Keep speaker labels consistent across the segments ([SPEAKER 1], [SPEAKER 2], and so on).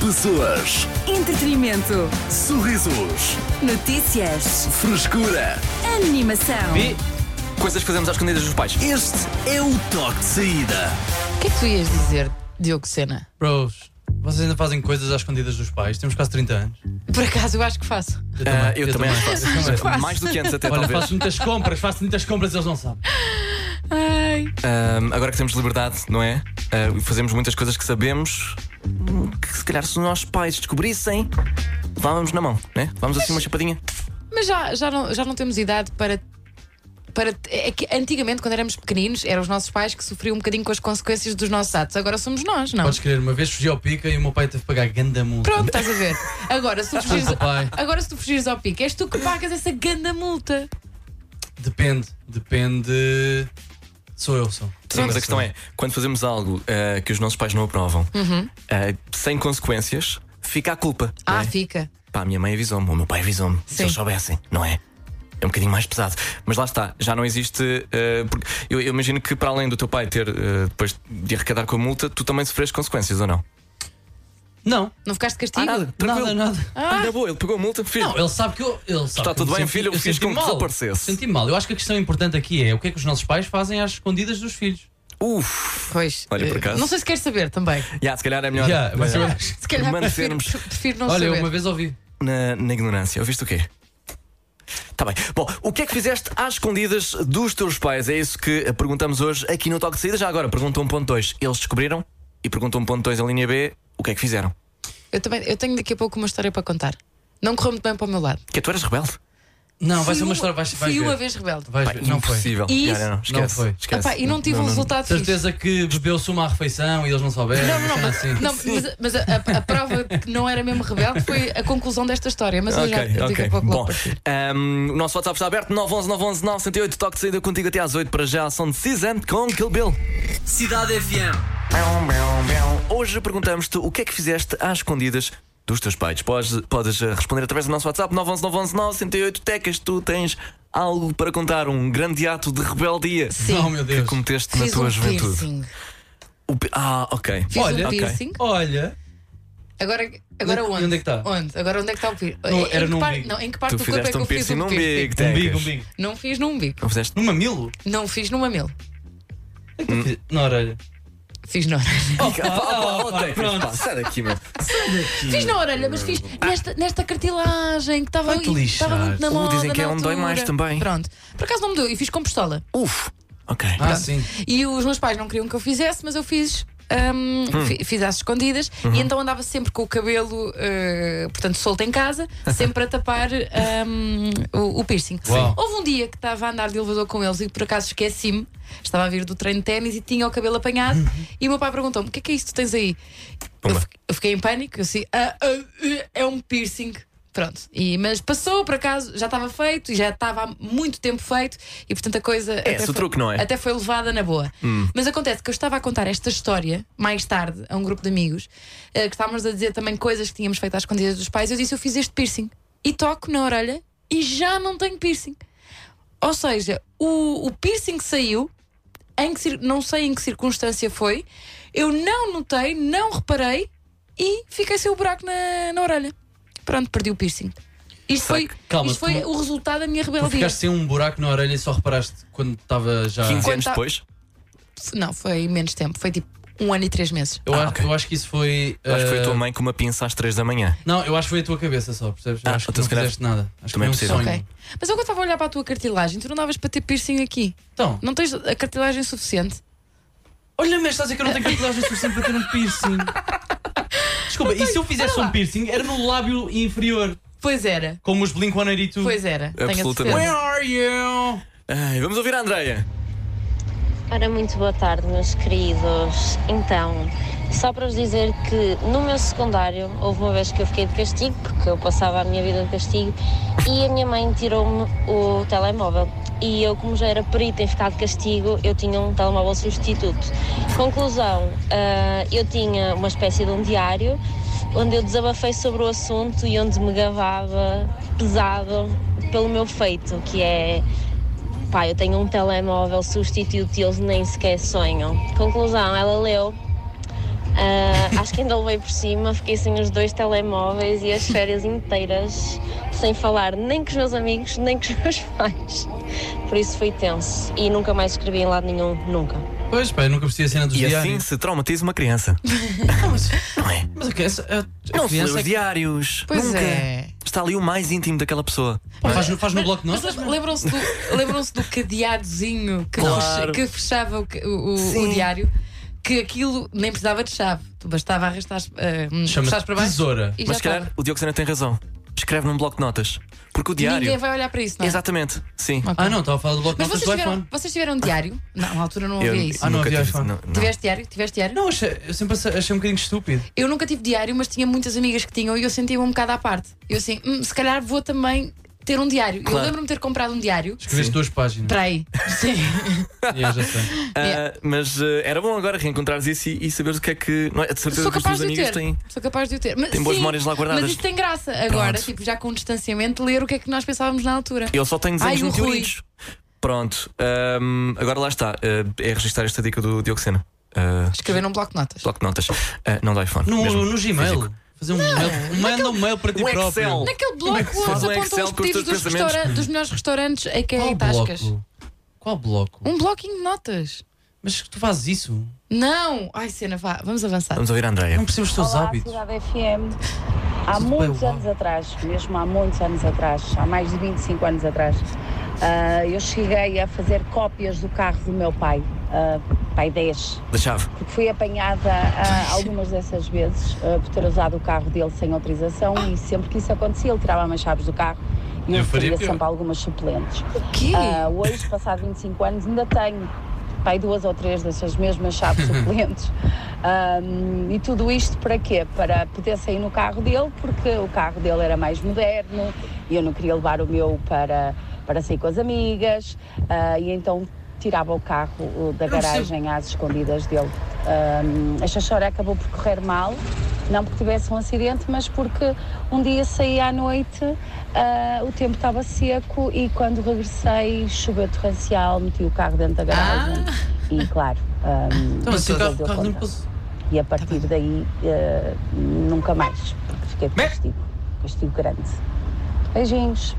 [SPEAKER 1] Pessoas,
[SPEAKER 2] Entretenimento.
[SPEAKER 1] sorrisos,
[SPEAKER 2] Notícias.
[SPEAKER 1] frescura.
[SPEAKER 2] Animação.
[SPEAKER 3] E coisas que fazemos às escondidas dos pais.
[SPEAKER 1] Este é o toque de saída.
[SPEAKER 4] O que é que tu ias dizer, Diogo Sena?
[SPEAKER 5] Bros, vocês ainda fazem coisas às escondidas dos pais? Temos quase 30 anos.
[SPEAKER 4] Por acaso eu acho que faço.
[SPEAKER 5] Eu
[SPEAKER 3] Ah, eu, também acho
[SPEAKER 5] faço.
[SPEAKER 3] que
[SPEAKER 5] Eu também.
[SPEAKER 3] faço. Mais do que antes, até
[SPEAKER 5] Olha,
[SPEAKER 3] talvez.
[SPEAKER 5] faço muitas compras, faço muitas compras e eles não sabem.
[SPEAKER 4] Ai.
[SPEAKER 3] Ahm, agora que temos liberdade, não é? Ah, fazemos muitas coisas que sabemos hum, que, se calhar, se os nossos pais descobrissem, vávamos na mão, né? Vamos assim uma chapadinha.
[SPEAKER 4] Mas já, já, não, já não temos idade para. para é que antigamente, quando éramos pequeninos, eram os nossos pais que sofriam um bocadinho com as consequências dos nossos atos. Agora somos nós, não?
[SPEAKER 5] Podes crer, uma vez fugi ao pica e o meu pai teve que pagar ganda multa.
[SPEAKER 4] Pronto, estás a ver. Agora, se tu fugires,
[SPEAKER 5] Ah, pai.
[SPEAKER 4] agora, se tu fugires ao pico, és tu que pagas essa ganda multa.
[SPEAKER 5] Depende, depende. Sou eu, sou.
[SPEAKER 3] Sim, mas a questão é: quando fazemos algo ah, que os nossos pais não aprovam,
[SPEAKER 5] Uhum.
[SPEAKER 3] ah, sem consequências, fica a culpa. não
[SPEAKER 4] Ah,
[SPEAKER 3] é?
[SPEAKER 4] fica.
[SPEAKER 3] Pá, a minha mãe avisou-me, o meu pai avisou-me. Se
[SPEAKER 4] Sim.
[SPEAKER 3] eles soubessem, não é? É um bocadinho mais pesado. Mas lá está, já não existe. eh, porque eu, eu imagino que, para além do teu pai ter eh, depois de arrecadar com a multa, tu também sofreste consequências ou não?
[SPEAKER 5] Não, Ah,
[SPEAKER 4] Não ficaste de castigo?
[SPEAKER 5] nada, nada.
[SPEAKER 3] Ah, na boa, ele pegou a multa, filho.
[SPEAKER 5] Não, ele sabe que eu. Ele sabe
[SPEAKER 3] Está
[SPEAKER 5] que eu me
[SPEAKER 3] tudo bem,
[SPEAKER 5] senti-
[SPEAKER 3] filho, eu fiz
[SPEAKER 5] senti
[SPEAKER 3] com que
[SPEAKER 5] mal.
[SPEAKER 3] desaparecesse.
[SPEAKER 5] Senti mal. Eu acho que a questão importante aqui é o que é que os nossos pais fazem às escondidas dos filhos.
[SPEAKER 3] Uf!
[SPEAKER 4] Pois.
[SPEAKER 3] Olha, por
[SPEAKER 4] eh,
[SPEAKER 3] acaso.
[SPEAKER 4] Não sei se queres saber também.
[SPEAKER 3] Yeah, se calhar é melhor.
[SPEAKER 5] Yeah, mas eu-
[SPEAKER 3] eh,
[SPEAKER 4] Se calhar prefiro,
[SPEAKER 3] Mantermos-
[SPEAKER 4] prefiro não
[SPEAKER 5] Olha, eu
[SPEAKER 4] saber.
[SPEAKER 5] uma vez ouvi.
[SPEAKER 3] na, na ignorância. Ouviste o quê? Tá bem. Bom, o que é que fizeste às escondidas dos teus pais? É isso que perguntamos hoje aqui no Toque de Saída. Já agora, pergunta 1.2. Eles descobriram? E pergunta 1.2 em linha B, o que é que fizeram?
[SPEAKER 4] Eu também eu tenho daqui a pouco uma história para contar. Não correu muito bem para o meu lado.
[SPEAKER 3] Que tu eras rebelde?
[SPEAKER 5] Não, vai
[SPEAKER 4] Fui
[SPEAKER 5] ser uma
[SPEAKER 4] uma-
[SPEAKER 5] história. Vais, vais
[SPEAKER 4] fui
[SPEAKER 5] ver.
[SPEAKER 4] uma vez rebelde.
[SPEAKER 5] Vais
[SPEAKER 3] Pá,
[SPEAKER 5] ver. Não foi.
[SPEAKER 3] impossível.
[SPEAKER 4] Isso-
[SPEAKER 3] Já, não, esquece,
[SPEAKER 5] Não foi.
[SPEAKER 3] esquece.
[SPEAKER 4] Epá, e não tive um resultado fixe.
[SPEAKER 5] Certeza que bebeu-se uma à refeição e eles não souberam.
[SPEAKER 4] Não, não, não,
[SPEAKER 5] cena
[SPEAKER 4] mas,
[SPEAKER 5] assim.
[SPEAKER 4] não, mas- mas a, a- a prova de que não era mesmo rebelde foi a conclusão desta história. Mas eu já
[SPEAKER 3] Ok,
[SPEAKER 4] eu assim. digo
[SPEAKER 3] ok.
[SPEAKER 4] a pouco logo
[SPEAKER 3] Bom,
[SPEAKER 4] para ti.
[SPEAKER 3] ahm, o nosso WhatsApp está aberto 911 911 908 Toque de saída contigo até às 8 para já. São de Season com Kill Bill.
[SPEAKER 1] Cidade FM.
[SPEAKER 3] Hoje perguntamos-te o que é que fizeste às escondidas dos teus pais. Podes, podes eh, responder através do nosso WhatsApp 911 911 908 Tecas. Tu tens algo para contar, um grande ato de rebeldia
[SPEAKER 4] Sim,
[SPEAKER 5] Oh, meu
[SPEAKER 3] que
[SPEAKER 5] Deus.
[SPEAKER 3] cometeste na
[SPEAKER 4] fiz
[SPEAKER 3] tua
[SPEAKER 4] um
[SPEAKER 3] juventude.
[SPEAKER 4] piercing.
[SPEAKER 3] O pi- ah, ok.
[SPEAKER 4] Fiz
[SPEAKER 5] Olha,
[SPEAKER 4] um
[SPEAKER 3] ok.
[SPEAKER 4] piercing.
[SPEAKER 5] Olha,
[SPEAKER 4] Agora, agora
[SPEAKER 5] E
[SPEAKER 4] onde?
[SPEAKER 5] onde é que está?
[SPEAKER 4] Onde? Agora onde é que está o piercing?
[SPEAKER 5] Não, era
[SPEAKER 4] em que
[SPEAKER 5] no
[SPEAKER 4] par-
[SPEAKER 5] umbigo.
[SPEAKER 4] não, em que
[SPEAKER 3] Tu
[SPEAKER 4] parte do corpo é
[SPEAKER 3] fizeste
[SPEAKER 4] que
[SPEAKER 3] um
[SPEAKER 4] eu fiz
[SPEAKER 3] piercing
[SPEAKER 4] o
[SPEAKER 3] no umbigo,
[SPEAKER 4] piercing?
[SPEAKER 5] umbigo,
[SPEAKER 3] Tecas.
[SPEAKER 5] umbigo.
[SPEAKER 4] Não fiz no umbigo.
[SPEAKER 3] Não fizeste?
[SPEAKER 5] No mamilo?
[SPEAKER 4] Não fiz no mamilo.
[SPEAKER 3] Hum.
[SPEAKER 5] É que eu fiz- Na orelha.
[SPEAKER 4] Fiz na orelha.
[SPEAKER 3] Opa, opa,
[SPEAKER 5] opa,
[SPEAKER 3] ontem.
[SPEAKER 5] pronto.
[SPEAKER 3] Pá, Sai daqui, meu.
[SPEAKER 4] Fiz na orelha, mas fiz nesta, nesta cartilagem que estava
[SPEAKER 5] Vai-te
[SPEAKER 4] aí-
[SPEAKER 5] lixar.
[SPEAKER 4] estava muito na
[SPEAKER 3] Uh,
[SPEAKER 4] moda.
[SPEAKER 3] dizem que é
[SPEAKER 4] na
[SPEAKER 3] onde dói
[SPEAKER 4] altura.
[SPEAKER 3] mais também.
[SPEAKER 4] Pronto. Por acaso não me deu e fiz com pistola.
[SPEAKER 3] Uf. Ok.
[SPEAKER 5] Ah, sim.
[SPEAKER 4] E os meus pais não queriam que eu fizesse, mas eu fiz. hum, fi- Fiz às escondidas e então andava sempre com o cabelo, eh, portanto, solto em casa, sempre a tapar hum, o, o piercing.
[SPEAKER 5] Uau.
[SPEAKER 4] Houve um dia que estava a andar de elevador com eles e por acaso esqueci-me, estava a vir do treino de ténis e tinha o cabelo apanhado. E o meu pai perguntou-me: O que é que é isso que tu tens aí? Eu,
[SPEAKER 3] Pumba.
[SPEAKER 4] fi- eu fiquei em pânico, eu disse: "Ah, ah, ah, É um piercing. Pronto, e, mas passou por acaso, já estava feito e já estava há muito tempo feito, e portanto a coisa até
[SPEAKER 3] esse o
[SPEAKER 4] foi-
[SPEAKER 3] truque, não é?
[SPEAKER 4] até foi levada na boa. Mas acontece que eu estava a contar esta história mais tarde a um grupo de amigos, eh, que estávamos a dizer também coisas que tínhamos feito às escondidas dos pais. Eu disse: Eu fiz este piercing e toco na orelha e já não tenho piercing. Ou seja, o, o piercing que saiu, em que cir- não sei em que circunstância foi, eu não notei, não reparei e fiquei sem o buraco na, na orelha. Pronto, perdi o piercing. Isto
[SPEAKER 3] Será
[SPEAKER 4] foi,
[SPEAKER 3] que-
[SPEAKER 5] Calma,
[SPEAKER 4] isto foi
[SPEAKER 5] tu-
[SPEAKER 4] o resultado da minha
[SPEAKER 5] Tu
[SPEAKER 4] rebeldia.
[SPEAKER 5] ficaste sem um buraco na orelha e só reparaste quando estava já.
[SPEAKER 3] 15 anos
[SPEAKER 4] Quando tá-
[SPEAKER 3] depois?
[SPEAKER 4] Não, foi menos tempo. Foi tipo um ano e três meses.
[SPEAKER 5] Eu,
[SPEAKER 3] Ah,
[SPEAKER 5] acho,
[SPEAKER 3] ok.
[SPEAKER 5] eu acho que isso foi.
[SPEAKER 3] Eu Acho que foi a
[SPEAKER 5] eh,
[SPEAKER 3] tua mãe com uma pinça às 3 da manhã.
[SPEAKER 5] Não, eu acho que foi a tua cabeça só, percebes? Eu
[SPEAKER 3] Ah,
[SPEAKER 5] acho que
[SPEAKER 3] então
[SPEAKER 5] não
[SPEAKER 3] se calhar-
[SPEAKER 5] fizeste nada. Acho
[SPEAKER 3] Também é
[SPEAKER 5] que foi um
[SPEAKER 3] possível.
[SPEAKER 5] sonho.
[SPEAKER 4] Ok. Mas eu quando estava a olhar para a tua cartilagem, tu não davas para ter piercing aqui.
[SPEAKER 5] Então,
[SPEAKER 4] Não tens a cartilagem suficiente?
[SPEAKER 5] olha-me, estás a dizer que eu não tenho cartilagem suficiente para ter um piercing. Desculpa, e se eu fizesse um piercing, era no lábio inferior,
[SPEAKER 4] Então, Pois era.
[SPEAKER 5] como os Blink 182.
[SPEAKER 4] Pois era. Tenho a
[SPEAKER 3] Absolutamente.
[SPEAKER 5] Where
[SPEAKER 4] certeza.
[SPEAKER 5] are you?
[SPEAKER 3] Ai, vamos ouvir a Andreia.
[SPEAKER 6] Ora, muito boa tarde, meus queridos. Então, só para vos dizer que no meu secundário houve uma vez que eu fiquei de castigo, porque eu passava a minha vida de castigo, e a minha mãe tirou-me o telemóvel. E eu, como já era perita em ficar de castigo, eu tinha um telemóvel substituto. Conclusão, ah, eu tinha uma espécie de um diário onde eu desabafei sobre o assunto e onde me gabava pesado pelo meu feito, que é Pá, eu tenho um telemóvel substituto e eles nem sequer sonham. Conclusão, ela leu. Ah, acho que ainda levei por cima, fiquei sem os dois telemóveis e as férias inteiras sem falar nem com os meus amigos, nem com os meus pais. Por isso foi tenso e nunca mais escrevi em lado nenhum, nunca.
[SPEAKER 5] Pois pá, eu nunca percebi a cena dos
[SPEAKER 3] E assim
[SPEAKER 5] diários.
[SPEAKER 3] se traumatiza uma criança. Não é?
[SPEAKER 5] Mas o que é essa? a- a
[SPEAKER 3] Não se lê
[SPEAKER 5] criança
[SPEAKER 3] os
[SPEAKER 5] é que-
[SPEAKER 3] diários.
[SPEAKER 4] Pois
[SPEAKER 3] Nunca.
[SPEAKER 4] é.
[SPEAKER 3] Está ali o mais íntimo daquela pessoa.
[SPEAKER 5] Pá, Faz, no- faz no bloco de
[SPEAKER 4] Mas
[SPEAKER 5] notas? mano.
[SPEAKER 4] lembram-se do, lembram-se do cadeadozinho que,
[SPEAKER 3] Claro.
[SPEAKER 4] fecha- que fechava o, ca- o- o- o
[SPEAKER 3] Sim.
[SPEAKER 4] diário? Que aquilo nem precisava de chave. Tu bastava arrastar
[SPEAKER 5] Chama-se
[SPEAKER 4] puxares para baixo
[SPEAKER 5] tesoura.
[SPEAKER 4] e
[SPEAKER 3] Mas
[SPEAKER 4] já
[SPEAKER 3] se calhar
[SPEAKER 4] estava.
[SPEAKER 3] o Diogo Sena tem razão. Escreve num bloco de notas. Porque o diário.
[SPEAKER 4] Ninguém vai olhar para isso, não é?
[SPEAKER 3] Exatamente, sim.
[SPEAKER 4] Ok.
[SPEAKER 5] Ah, não, estava a falar do bloco de
[SPEAKER 4] Mas
[SPEAKER 5] notas
[SPEAKER 4] vocês
[SPEAKER 5] do
[SPEAKER 4] tiveram,
[SPEAKER 5] iPhone.
[SPEAKER 4] vocês tiveram diário? Não, na altura não
[SPEAKER 3] Eu-
[SPEAKER 4] havia isso.
[SPEAKER 5] Ah, não
[SPEAKER 3] nunca
[SPEAKER 5] havia
[SPEAKER 3] tive-
[SPEAKER 5] iPhone.
[SPEAKER 3] não, não.
[SPEAKER 4] Tiveste diário? Tiveste diário?
[SPEAKER 5] Não, achei- eu sempre achei achei um bocadinho estúpido.
[SPEAKER 4] Eu nunca tive diário, mas tinha muitas amigas que tinham e eu sentia-me um bocado à parte. Eu assim, "Hum, se calhar vou também ter um diário.
[SPEAKER 3] Claro.
[SPEAKER 4] Eu lembro-me de ter comprado um diário.
[SPEAKER 5] Escreveste duas páginas.
[SPEAKER 4] Para aí. Sim.
[SPEAKER 5] Yeah, já sei.
[SPEAKER 3] Ah,
[SPEAKER 4] Yeah.
[SPEAKER 3] mas eh, era bom agora reencontrares isso e, e saberes o que é que. Não é? De certeza
[SPEAKER 4] Sou
[SPEAKER 3] que os teus
[SPEAKER 4] capaz de o
[SPEAKER 3] amigos
[SPEAKER 4] ter.
[SPEAKER 3] têm.
[SPEAKER 4] Sou capaz de o ter. Mas,
[SPEAKER 3] Tem boas
[SPEAKER 4] sim,
[SPEAKER 3] memórias lá guardadas.
[SPEAKER 4] Mas isto tem graça agora,
[SPEAKER 3] Pronto.
[SPEAKER 4] tipo, já com distanciamento, ler o que é que nós pensávamos na altura.
[SPEAKER 3] Eu só tenho desenhos
[SPEAKER 4] Ai, o Rui.
[SPEAKER 3] meteoritos. Pronto, ahm, agora lá está. ah, é registrar esta dica do Diogo Sena. Ah,
[SPEAKER 4] Escrever num bloco de notas.
[SPEAKER 3] bloco de notas. Ah, não do iPhone.
[SPEAKER 5] No,
[SPEAKER 3] mesmo.
[SPEAKER 5] no Gmail.
[SPEAKER 3] Físico.
[SPEAKER 5] Fazer um mail. um Manda um mail para ti
[SPEAKER 3] um
[SPEAKER 5] próprio.
[SPEAKER 3] Excel.
[SPEAKER 4] Naquele bloco
[SPEAKER 3] se faz
[SPEAKER 4] onde
[SPEAKER 3] um Excel
[SPEAKER 4] apontam
[SPEAKER 3] com
[SPEAKER 4] os
[SPEAKER 3] os
[SPEAKER 4] pedidos
[SPEAKER 3] teus
[SPEAKER 4] dos,
[SPEAKER 3] pensamentos?
[SPEAKER 4] restaura- dos melhores restaurantes a que
[SPEAKER 5] Qual
[SPEAKER 4] é Tascas.
[SPEAKER 5] bloco? Qual bloco?
[SPEAKER 4] Um bloquinho de notas.
[SPEAKER 5] Mas tu fazes isso?
[SPEAKER 4] Não! Ai, cena, vá, vamos avançar.
[SPEAKER 3] Vamos ouvir a Andréia.
[SPEAKER 5] Não percebo os teus
[SPEAKER 7] Olá,
[SPEAKER 5] hábitos. um
[SPEAKER 7] Cidade FM. Há
[SPEAKER 5] Tudo bem,
[SPEAKER 7] muitos
[SPEAKER 5] uau.
[SPEAKER 7] anos atrás, mesmo há muitos anos atrás, há mais de 25 anos atrás, ah, eu cheguei a fazer cópias do carro do meu pai, ah, pai 10,
[SPEAKER 3] Da chave.
[SPEAKER 7] porque fui apanhada ah, algumas dessas vezes ah, por ter usado o carro dele sem autorização e sempre que isso acontecia ele tirava-me as chaves do carro e
[SPEAKER 5] Eu
[SPEAKER 7] eu
[SPEAKER 5] faria
[SPEAKER 7] fazia
[SPEAKER 5] pior.
[SPEAKER 7] sempre algumas suplentes.
[SPEAKER 4] O quê?
[SPEAKER 7] Ah, hoje, passado 25 anos, ainda tenho pai duas ou três dessas mesmas chaves suplentes. Ahm, e tudo isto para quê? Para poder sair no carro dele, porque o carro dele era mais moderno e eu não queria levar o meu para, para sair com as amigas. ah, e então tirava o carro uh, da garagem às escondidas dele. Ahm, a chachora acabou por correr mal, não porque tivesse um acidente, mas porque um dia saí à noite, ah, o tempo estava seco e quando regressei choveu torrencial, meti o carro dentro da garagem e claro. um, ahm,
[SPEAKER 5] Então, assim, o
[SPEAKER 7] depois
[SPEAKER 5] carro,
[SPEAKER 7] ele
[SPEAKER 5] o
[SPEAKER 7] deu
[SPEAKER 4] um
[SPEAKER 5] carro não
[SPEAKER 7] conta.
[SPEAKER 5] passou.
[SPEAKER 7] E a partir
[SPEAKER 4] Tá
[SPEAKER 7] daí eh, nunca mais, porque fiquei por
[SPEAKER 5] Meh.
[SPEAKER 7] castigo, castigo grande. Beijinhos.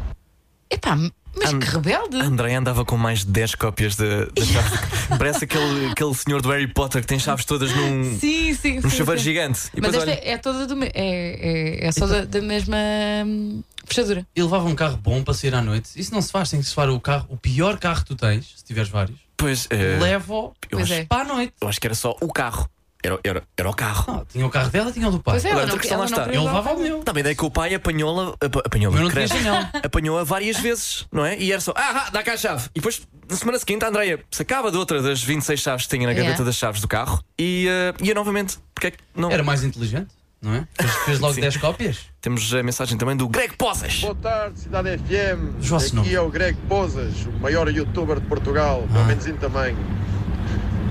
[SPEAKER 4] Epá, mas
[SPEAKER 3] And-
[SPEAKER 4] que rebelde!
[SPEAKER 3] A Andréia andava com mais de 10 cópias da, da chave. Parece aquele, aquele senhor do Harry Potter que tem chaves todas num,
[SPEAKER 4] Sim, sim,
[SPEAKER 5] Um
[SPEAKER 3] num
[SPEAKER 4] sim,
[SPEAKER 3] chuveiro
[SPEAKER 4] sim.
[SPEAKER 3] gigante. E
[SPEAKER 4] Mas
[SPEAKER 3] depois
[SPEAKER 4] esta
[SPEAKER 3] olha.
[SPEAKER 4] é toda do me- é, é, é só da, da mesma hum, fechadura.
[SPEAKER 5] E levava um carro bom para sair à noite. Isso não se faz, tem que se levar o carro, o pior carro que tu tens, se tiveres vários.
[SPEAKER 3] Pois,
[SPEAKER 5] É.
[SPEAKER 3] eh,
[SPEAKER 5] Levo
[SPEAKER 3] eu,
[SPEAKER 4] Pois
[SPEAKER 3] acho,
[SPEAKER 4] é.
[SPEAKER 5] para a noite.
[SPEAKER 3] eu acho que era só o carro. Era, era, era o carro.
[SPEAKER 5] Ah, tinha o carro dela, tinha o do pai.
[SPEAKER 4] Pois é, ela
[SPEAKER 3] Agora,
[SPEAKER 4] não,
[SPEAKER 3] a questão
[SPEAKER 4] ela
[SPEAKER 3] lá
[SPEAKER 4] não
[SPEAKER 3] está.
[SPEAKER 4] queria
[SPEAKER 5] Eu
[SPEAKER 4] levar
[SPEAKER 5] levava
[SPEAKER 4] o
[SPEAKER 5] o meu.
[SPEAKER 3] Também daí que o pai apanhou-la. apa- Apanhou-la.
[SPEAKER 5] Eu não tinha
[SPEAKER 3] credo.
[SPEAKER 5] janela.
[SPEAKER 3] apanhou-a várias vezes, não é? E era só, ah, ah, dá cá a chave. E depois, na semana seguinte, a Andreia sacava de outra das 26 chaves que tinha na
[SPEAKER 4] Yeah.
[SPEAKER 3] gaveta das chaves do carro e eh, ia novamente. Porque é que não?
[SPEAKER 5] Era mais inteligente, não é? Fez, fez logo
[SPEAKER 3] Sim.
[SPEAKER 5] 10 cópias.
[SPEAKER 3] Temos a mensagem também do Greg Posas.
[SPEAKER 8] Boa tarde, Cidade FM.
[SPEAKER 5] João
[SPEAKER 8] Aqui
[SPEAKER 5] Snow.
[SPEAKER 8] é o Greg Pozas, o maior youtuber de Portugal,
[SPEAKER 5] Ah.
[SPEAKER 8] pelo menos em tamanho.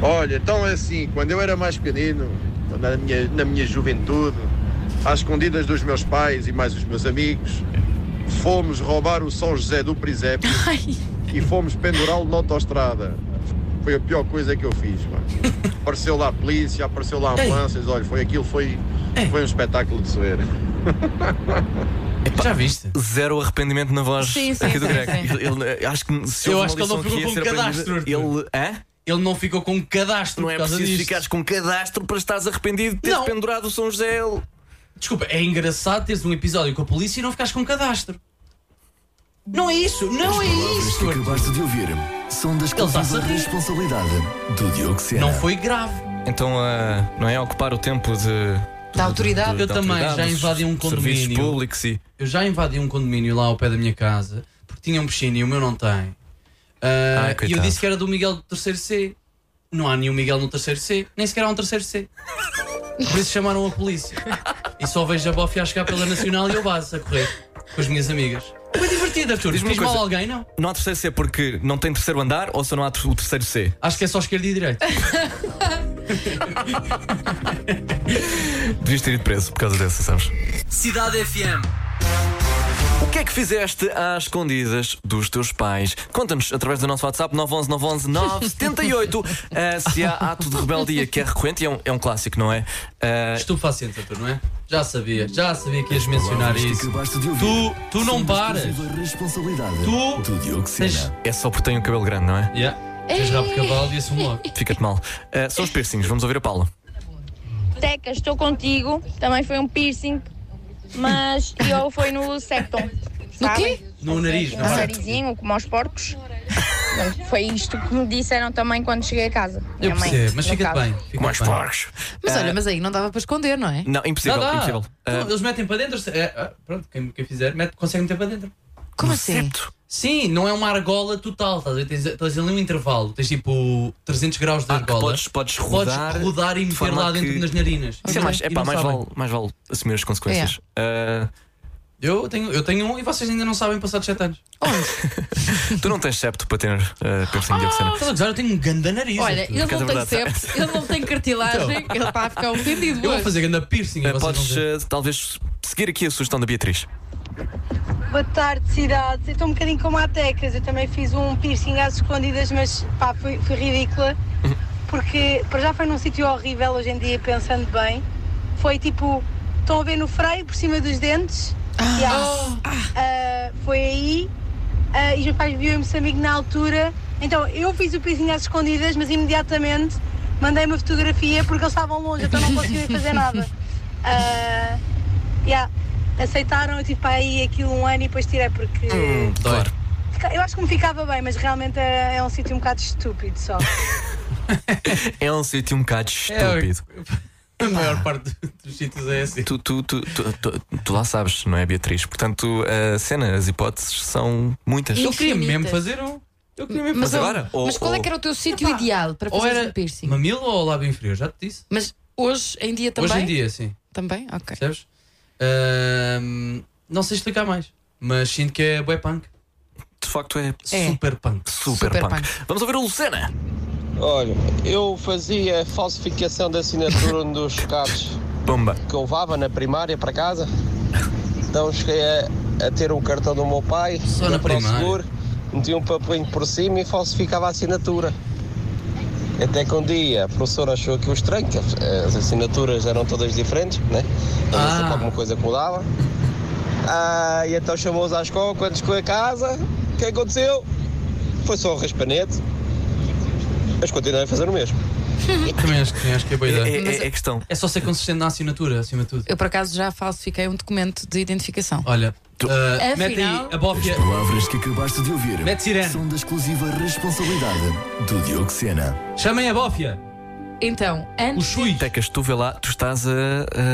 [SPEAKER 8] Olha, então é assim, quando eu era mais pequenino, na minha, na minha juventude, às escondidas dos meus pais e mais os meus amigos, fomos roubar o São José do Prisépio e fomos pendurá-lo na autostrada. Foi a pior coisa que eu fiz, mano. Apareceu lá a polícia, apareceu lá
[SPEAKER 5] Ei.
[SPEAKER 8] ambulâncias, olha, foi aquilo, foi, foi um espetáculo de se ver.
[SPEAKER 5] Já viste?
[SPEAKER 3] Zero arrependimento na voz
[SPEAKER 4] Sim, sim,
[SPEAKER 3] aqui do
[SPEAKER 4] sim,
[SPEAKER 3] Greg.
[SPEAKER 4] sim.
[SPEAKER 3] Ele- ele- eh, acho que se
[SPEAKER 5] Eu
[SPEAKER 3] houve
[SPEAKER 5] acho que ele
[SPEAKER 3] uma
[SPEAKER 5] não
[SPEAKER 3] lição
[SPEAKER 5] ficou
[SPEAKER 3] ia
[SPEAKER 5] com um
[SPEAKER 3] ser
[SPEAKER 5] cadastro,
[SPEAKER 3] aprendida, Ele. Hã?
[SPEAKER 5] Ele não ficou com um cadastro
[SPEAKER 3] Não é
[SPEAKER 5] por causa
[SPEAKER 3] preciso
[SPEAKER 5] disto.
[SPEAKER 3] ficares com cadastro para estares arrependido de teres
[SPEAKER 5] Não.
[SPEAKER 3] pendurado o São José. Ele-
[SPEAKER 5] Desculpa, é engraçado teres um episódio com a polícia e não ficares com um cadastro. Não é isso, não
[SPEAKER 1] Palavras
[SPEAKER 5] é
[SPEAKER 1] que
[SPEAKER 5] isso. Arthur.
[SPEAKER 1] acabaste de ouvir são da
[SPEAKER 5] está a
[SPEAKER 1] exclusiva
[SPEAKER 5] sorrir.
[SPEAKER 1] responsabilidade do Diogo Sena.
[SPEAKER 5] Não foi grave.
[SPEAKER 3] Então, ah, não é? Ocupar o tempo de.
[SPEAKER 4] Da autoridade.
[SPEAKER 5] Eu também já invadi um
[SPEAKER 3] Serviços
[SPEAKER 5] condomínio.
[SPEAKER 3] públicos e.
[SPEAKER 5] Eu já invadi um condomínio lá ao pé da minha casa porque tinha um piscina e o meu não tem. Ah,
[SPEAKER 3] Ai,
[SPEAKER 5] e eu
[SPEAKER 3] coitado.
[SPEAKER 5] disse que era do Miguel do terceiro C. Não há nenhum Miguel no terceiro C, nem sequer há um terceiro C. Por isso chamaram a polícia. E só vejo a bofia a chegar pela Nacional e eu base a correr com as minhas amigas. Foi divertido, Arthur.
[SPEAKER 3] Diz-me uma
[SPEAKER 5] Fiz mal a
[SPEAKER 3] coisa.
[SPEAKER 5] alguém, não?
[SPEAKER 3] Não há terceiro C porque não tem terceiro andar ou só não há ter- o terceiro C?
[SPEAKER 5] Acho que é só esquerda e direita.
[SPEAKER 3] Devias ter ido preso por causa dessa, sabes?
[SPEAKER 1] Cidade FM.
[SPEAKER 3] O que é que fizeste às escondidas dos teus pais? Conta-nos através do nosso WhatsApp 911 911 978 eh, se há ato de rebeldia que é frequente e é um, é um clássico, não é? Eh,
[SPEAKER 5] Estupefacente, tu, não é? Já sabia, já sabia que ias mencionar
[SPEAKER 1] Palavras que
[SPEAKER 5] isso.
[SPEAKER 1] acabaste de ouvir
[SPEAKER 5] Tu, tu
[SPEAKER 1] são
[SPEAKER 5] não
[SPEAKER 1] de
[SPEAKER 5] paras.
[SPEAKER 1] exclusiva Responsabilidade
[SPEAKER 5] Tu-
[SPEAKER 1] do Diogo
[SPEAKER 5] Tens-
[SPEAKER 1] Sena.
[SPEAKER 3] é só porque tenho um cabelo grande, não é?
[SPEAKER 5] Yeah. Tens rabo de cavalo e assumo logo.
[SPEAKER 3] Fica-te mal. Eh, são os piercings, vamos ouvir a Paula.
[SPEAKER 9] Teca, estou contigo. Também foi um piercing, mas eu foi no septum.
[SPEAKER 4] No
[SPEAKER 9] sabem?
[SPEAKER 4] quê?
[SPEAKER 5] No nariz,
[SPEAKER 9] No
[SPEAKER 5] não é?
[SPEAKER 9] narizinho, como aos porcos. Não, Foi isto que me disseram também quando cheguei É a casa.
[SPEAKER 5] Eu
[SPEAKER 9] Minha mãe, É
[SPEAKER 5] percebo, mas
[SPEAKER 9] no
[SPEAKER 5] fica-te
[SPEAKER 9] caso.
[SPEAKER 5] bem. Ah. Fica
[SPEAKER 3] Mais
[SPEAKER 5] bem.
[SPEAKER 3] porcos.
[SPEAKER 4] Mas olha, mas aí não dava para esconder, não é? Então,
[SPEAKER 3] Não,
[SPEAKER 5] Dá,
[SPEAKER 3] impossível,
[SPEAKER 5] dá.
[SPEAKER 3] impossível. Eh,
[SPEAKER 5] Não, Eles metem para dentro. se- é, ah, pronto, quem, quem fizer, mete, consegue meter para dentro.
[SPEAKER 4] Como
[SPEAKER 3] no
[SPEAKER 4] assim?
[SPEAKER 3] septo.
[SPEAKER 5] Sim, não é uma argola total, estás a ver? Tens, tens ali um intervalo, tens tipo 300 graus de
[SPEAKER 3] Ah, que
[SPEAKER 5] argola.
[SPEAKER 3] podes, podes rodar.
[SPEAKER 5] Podes rodar e
[SPEAKER 3] de
[SPEAKER 5] meter
[SPEAKER 3] forma
[SPEAKER 5] lá
[SPEAKER 3] que-
[SPEAKER 5] dentro nas narinas.
[SPEAKER 3] Isso é mais,
[SPEAKER 5] E
[SPEAKER 3] epá,
[SPEAKER 5] não
[SPEAKER 3] mais,
[SPEAKER 5] sabem. É.
[SPEAKER 3] vale, mais vale assumir as consequências. Ah,
[SPEAKER 5] Eu tenho, eu tenho um e vocês ainda não sabem passar 7 anos.
[SPEAKER 3] Eh, tu não tens septo para ter eh, piercing de Diogo
[SPEAKER 4] Ah,
[SPEAKER 3] Sena.
[SPEAKER 5] Estás a gozar, eu tenho um ganda nariz.
[SPEAKER 4] Olha,
[SPEAKER 5] eu,
[SPEAKER 4] ele
[SPEAKER 3] Por
[SPEAKER 4] não tem
[SPEAKER 3] acaso é verdade.
[SPEAKER 4] septo, ele não tem cartilagem,
[SPEAKER 5] Então.
[SPEAKER 4] ele está a ficar ofendido.
[SPEAKER 5] eu vou
[SPEAKER 4] hoje.
[SPEAKER 5] fazer ganda piercing e
[SPEAKER 3] Eh,
[SPEAKER 5] vocês vão
[SPEAKER 3] Podes
[SPEAKER 5] ver.
[SPEAKER 3] eh, talvez seguir aqui a sugestão da Beatriz.
[SPEAKER 10] Boa tarde, cidades. Eu estou um bocadinho como a Tecas. Eu também fiz um piercing às escondidas, mas pá, foi, foi ridícula. Porque para já foi num sítio horrível hoje em dia, pensando bem. Foi tipo, estão a ver no freio, por cima dos dentes. Yeah. Ah, foi aí. Ah, e os meus pais viam em Moçambique na altura. Então eu fiz o piercing às escondidas, mas imediatamente mandei uma fotografia porque eles estavam longe, então não conseguia fazer nada. Ah, yeah. Aceitaram, eu tive para aí aquilo um ano e depois tirei porque.
[SPEAKER 3] Hum,
[SPEAKER 5] Claro.
[SPEAKER 10] Fica- Eu acho que me ficava bem, mas realmente é, é um sítio um bocado estúpido só.
[SPEAKER 3] É um sítio um bocado estúpido.
[SPEAKER 5] É A maior parte do- dos sítios é assim.
[SPEAKER 3] Tu, tu, tu, tu, tu- tu lá sabes, não é, Beatriz? Portanto, a cena, as hipóteses são muitas.
[SPEAKER 5] Então. Eu queria mesmo
[SPEAKER 4] Infinitas.
[SPEAKER 5] fazer um. Eu queria mesmo
[SPEAKER 4] é Mas,
[SPEAKER 5] fazer
[SPEAKER 4] ó,
[SPEAKER 3] agora? Ou-
[SPEAKER 4] mas qual é que era o teu sítio
[SPEAKER 10] Epá.
[SPEAKER 4] ideal para
[SPEAKER 5] Ou
[SPEAKER 4] fazer
[SPEAKER 5] era
[SPEAKER 4] um piercing?
[SPEAKER 5] mamilo ou lábio inferior, já te disse.
[SPEAKER 4] Mas hoje em dia também?
[SPEAKER 5] Hoje em dia, sim.
[SPEAKER 4] Também? Ok.
[SPEAKER 5] Percebes? Ahm, não sei explicar mais, mas sinto que é bué punk.
[SPEAKER 3] De facto, é
[SPEAKER 4] É.
[SPEAKER 5] Super punk.
[SPEAKER 3] super,
[SPEAKER 4] Super
[SPEAKER 3] punk.
[SPEAKER 4] punk.
[SPEAKER 3] Vamos ouvir o Lucena.
[SPEAKER 11] Olha, eu fazia falsificação da assinatura num dos carros
[SPEAKER 3] Bomba.
[SPEAKER 11] que eu levava na primária para casa. Então cheguei a, a ter um cartão do meu pai,
[SPEAKER 5] Só na
[SPEAKER 11] ia para o
[SPEAKER 5] primária?
[SPEAKER 11] seguro, metia um papelinho por cima e falsificava a assinatura. Até que um dia a professora achou aquilo estranho, que as as assinaturas eram todas diferentes, né? Então
[SPEAKER 5] Ah.
[SPEAKER 11] ah. alguma coisa que mudava. Ah, e então chamou-os à escola, quando chegou a casa, o que aconteceu? Foi só o raspanete. Mas continuei a fazer o mesmo.
[SPEAKER 5] Também acho, que- também acho que é boa
[SPEAKER 3] É,
[SPEAKER 5] ideia.
[SPEAKER 3] é- é a questão.
[SPEAKER 5] É só ser consistente na assinatura, acima de tudo.
[SPEAKER 4] Eu por acaso já falsifiquei um documento de identificação.
[SPEAKER 5] Olha, ah,
[SPEAKER 4] Afinal-
[SPEAKER 5] mete aí a bófia.
[SPEAKER 1] Palavras que acabaste de ouvir
[SPEAKER 5] Mete sirene.
[SPEAKER 1] são da exclusiva responsabilidade do Diogo Sena.
[SPEAKER 5] Chamem a bófia.
[SPEAKER 4] Então,
[SPEAKER 5] O
[SPEAKER 4] antes.
[SPEAKER 5] chui.
[SPEAKER 3] Tecas, tu vê lá, tu estás a,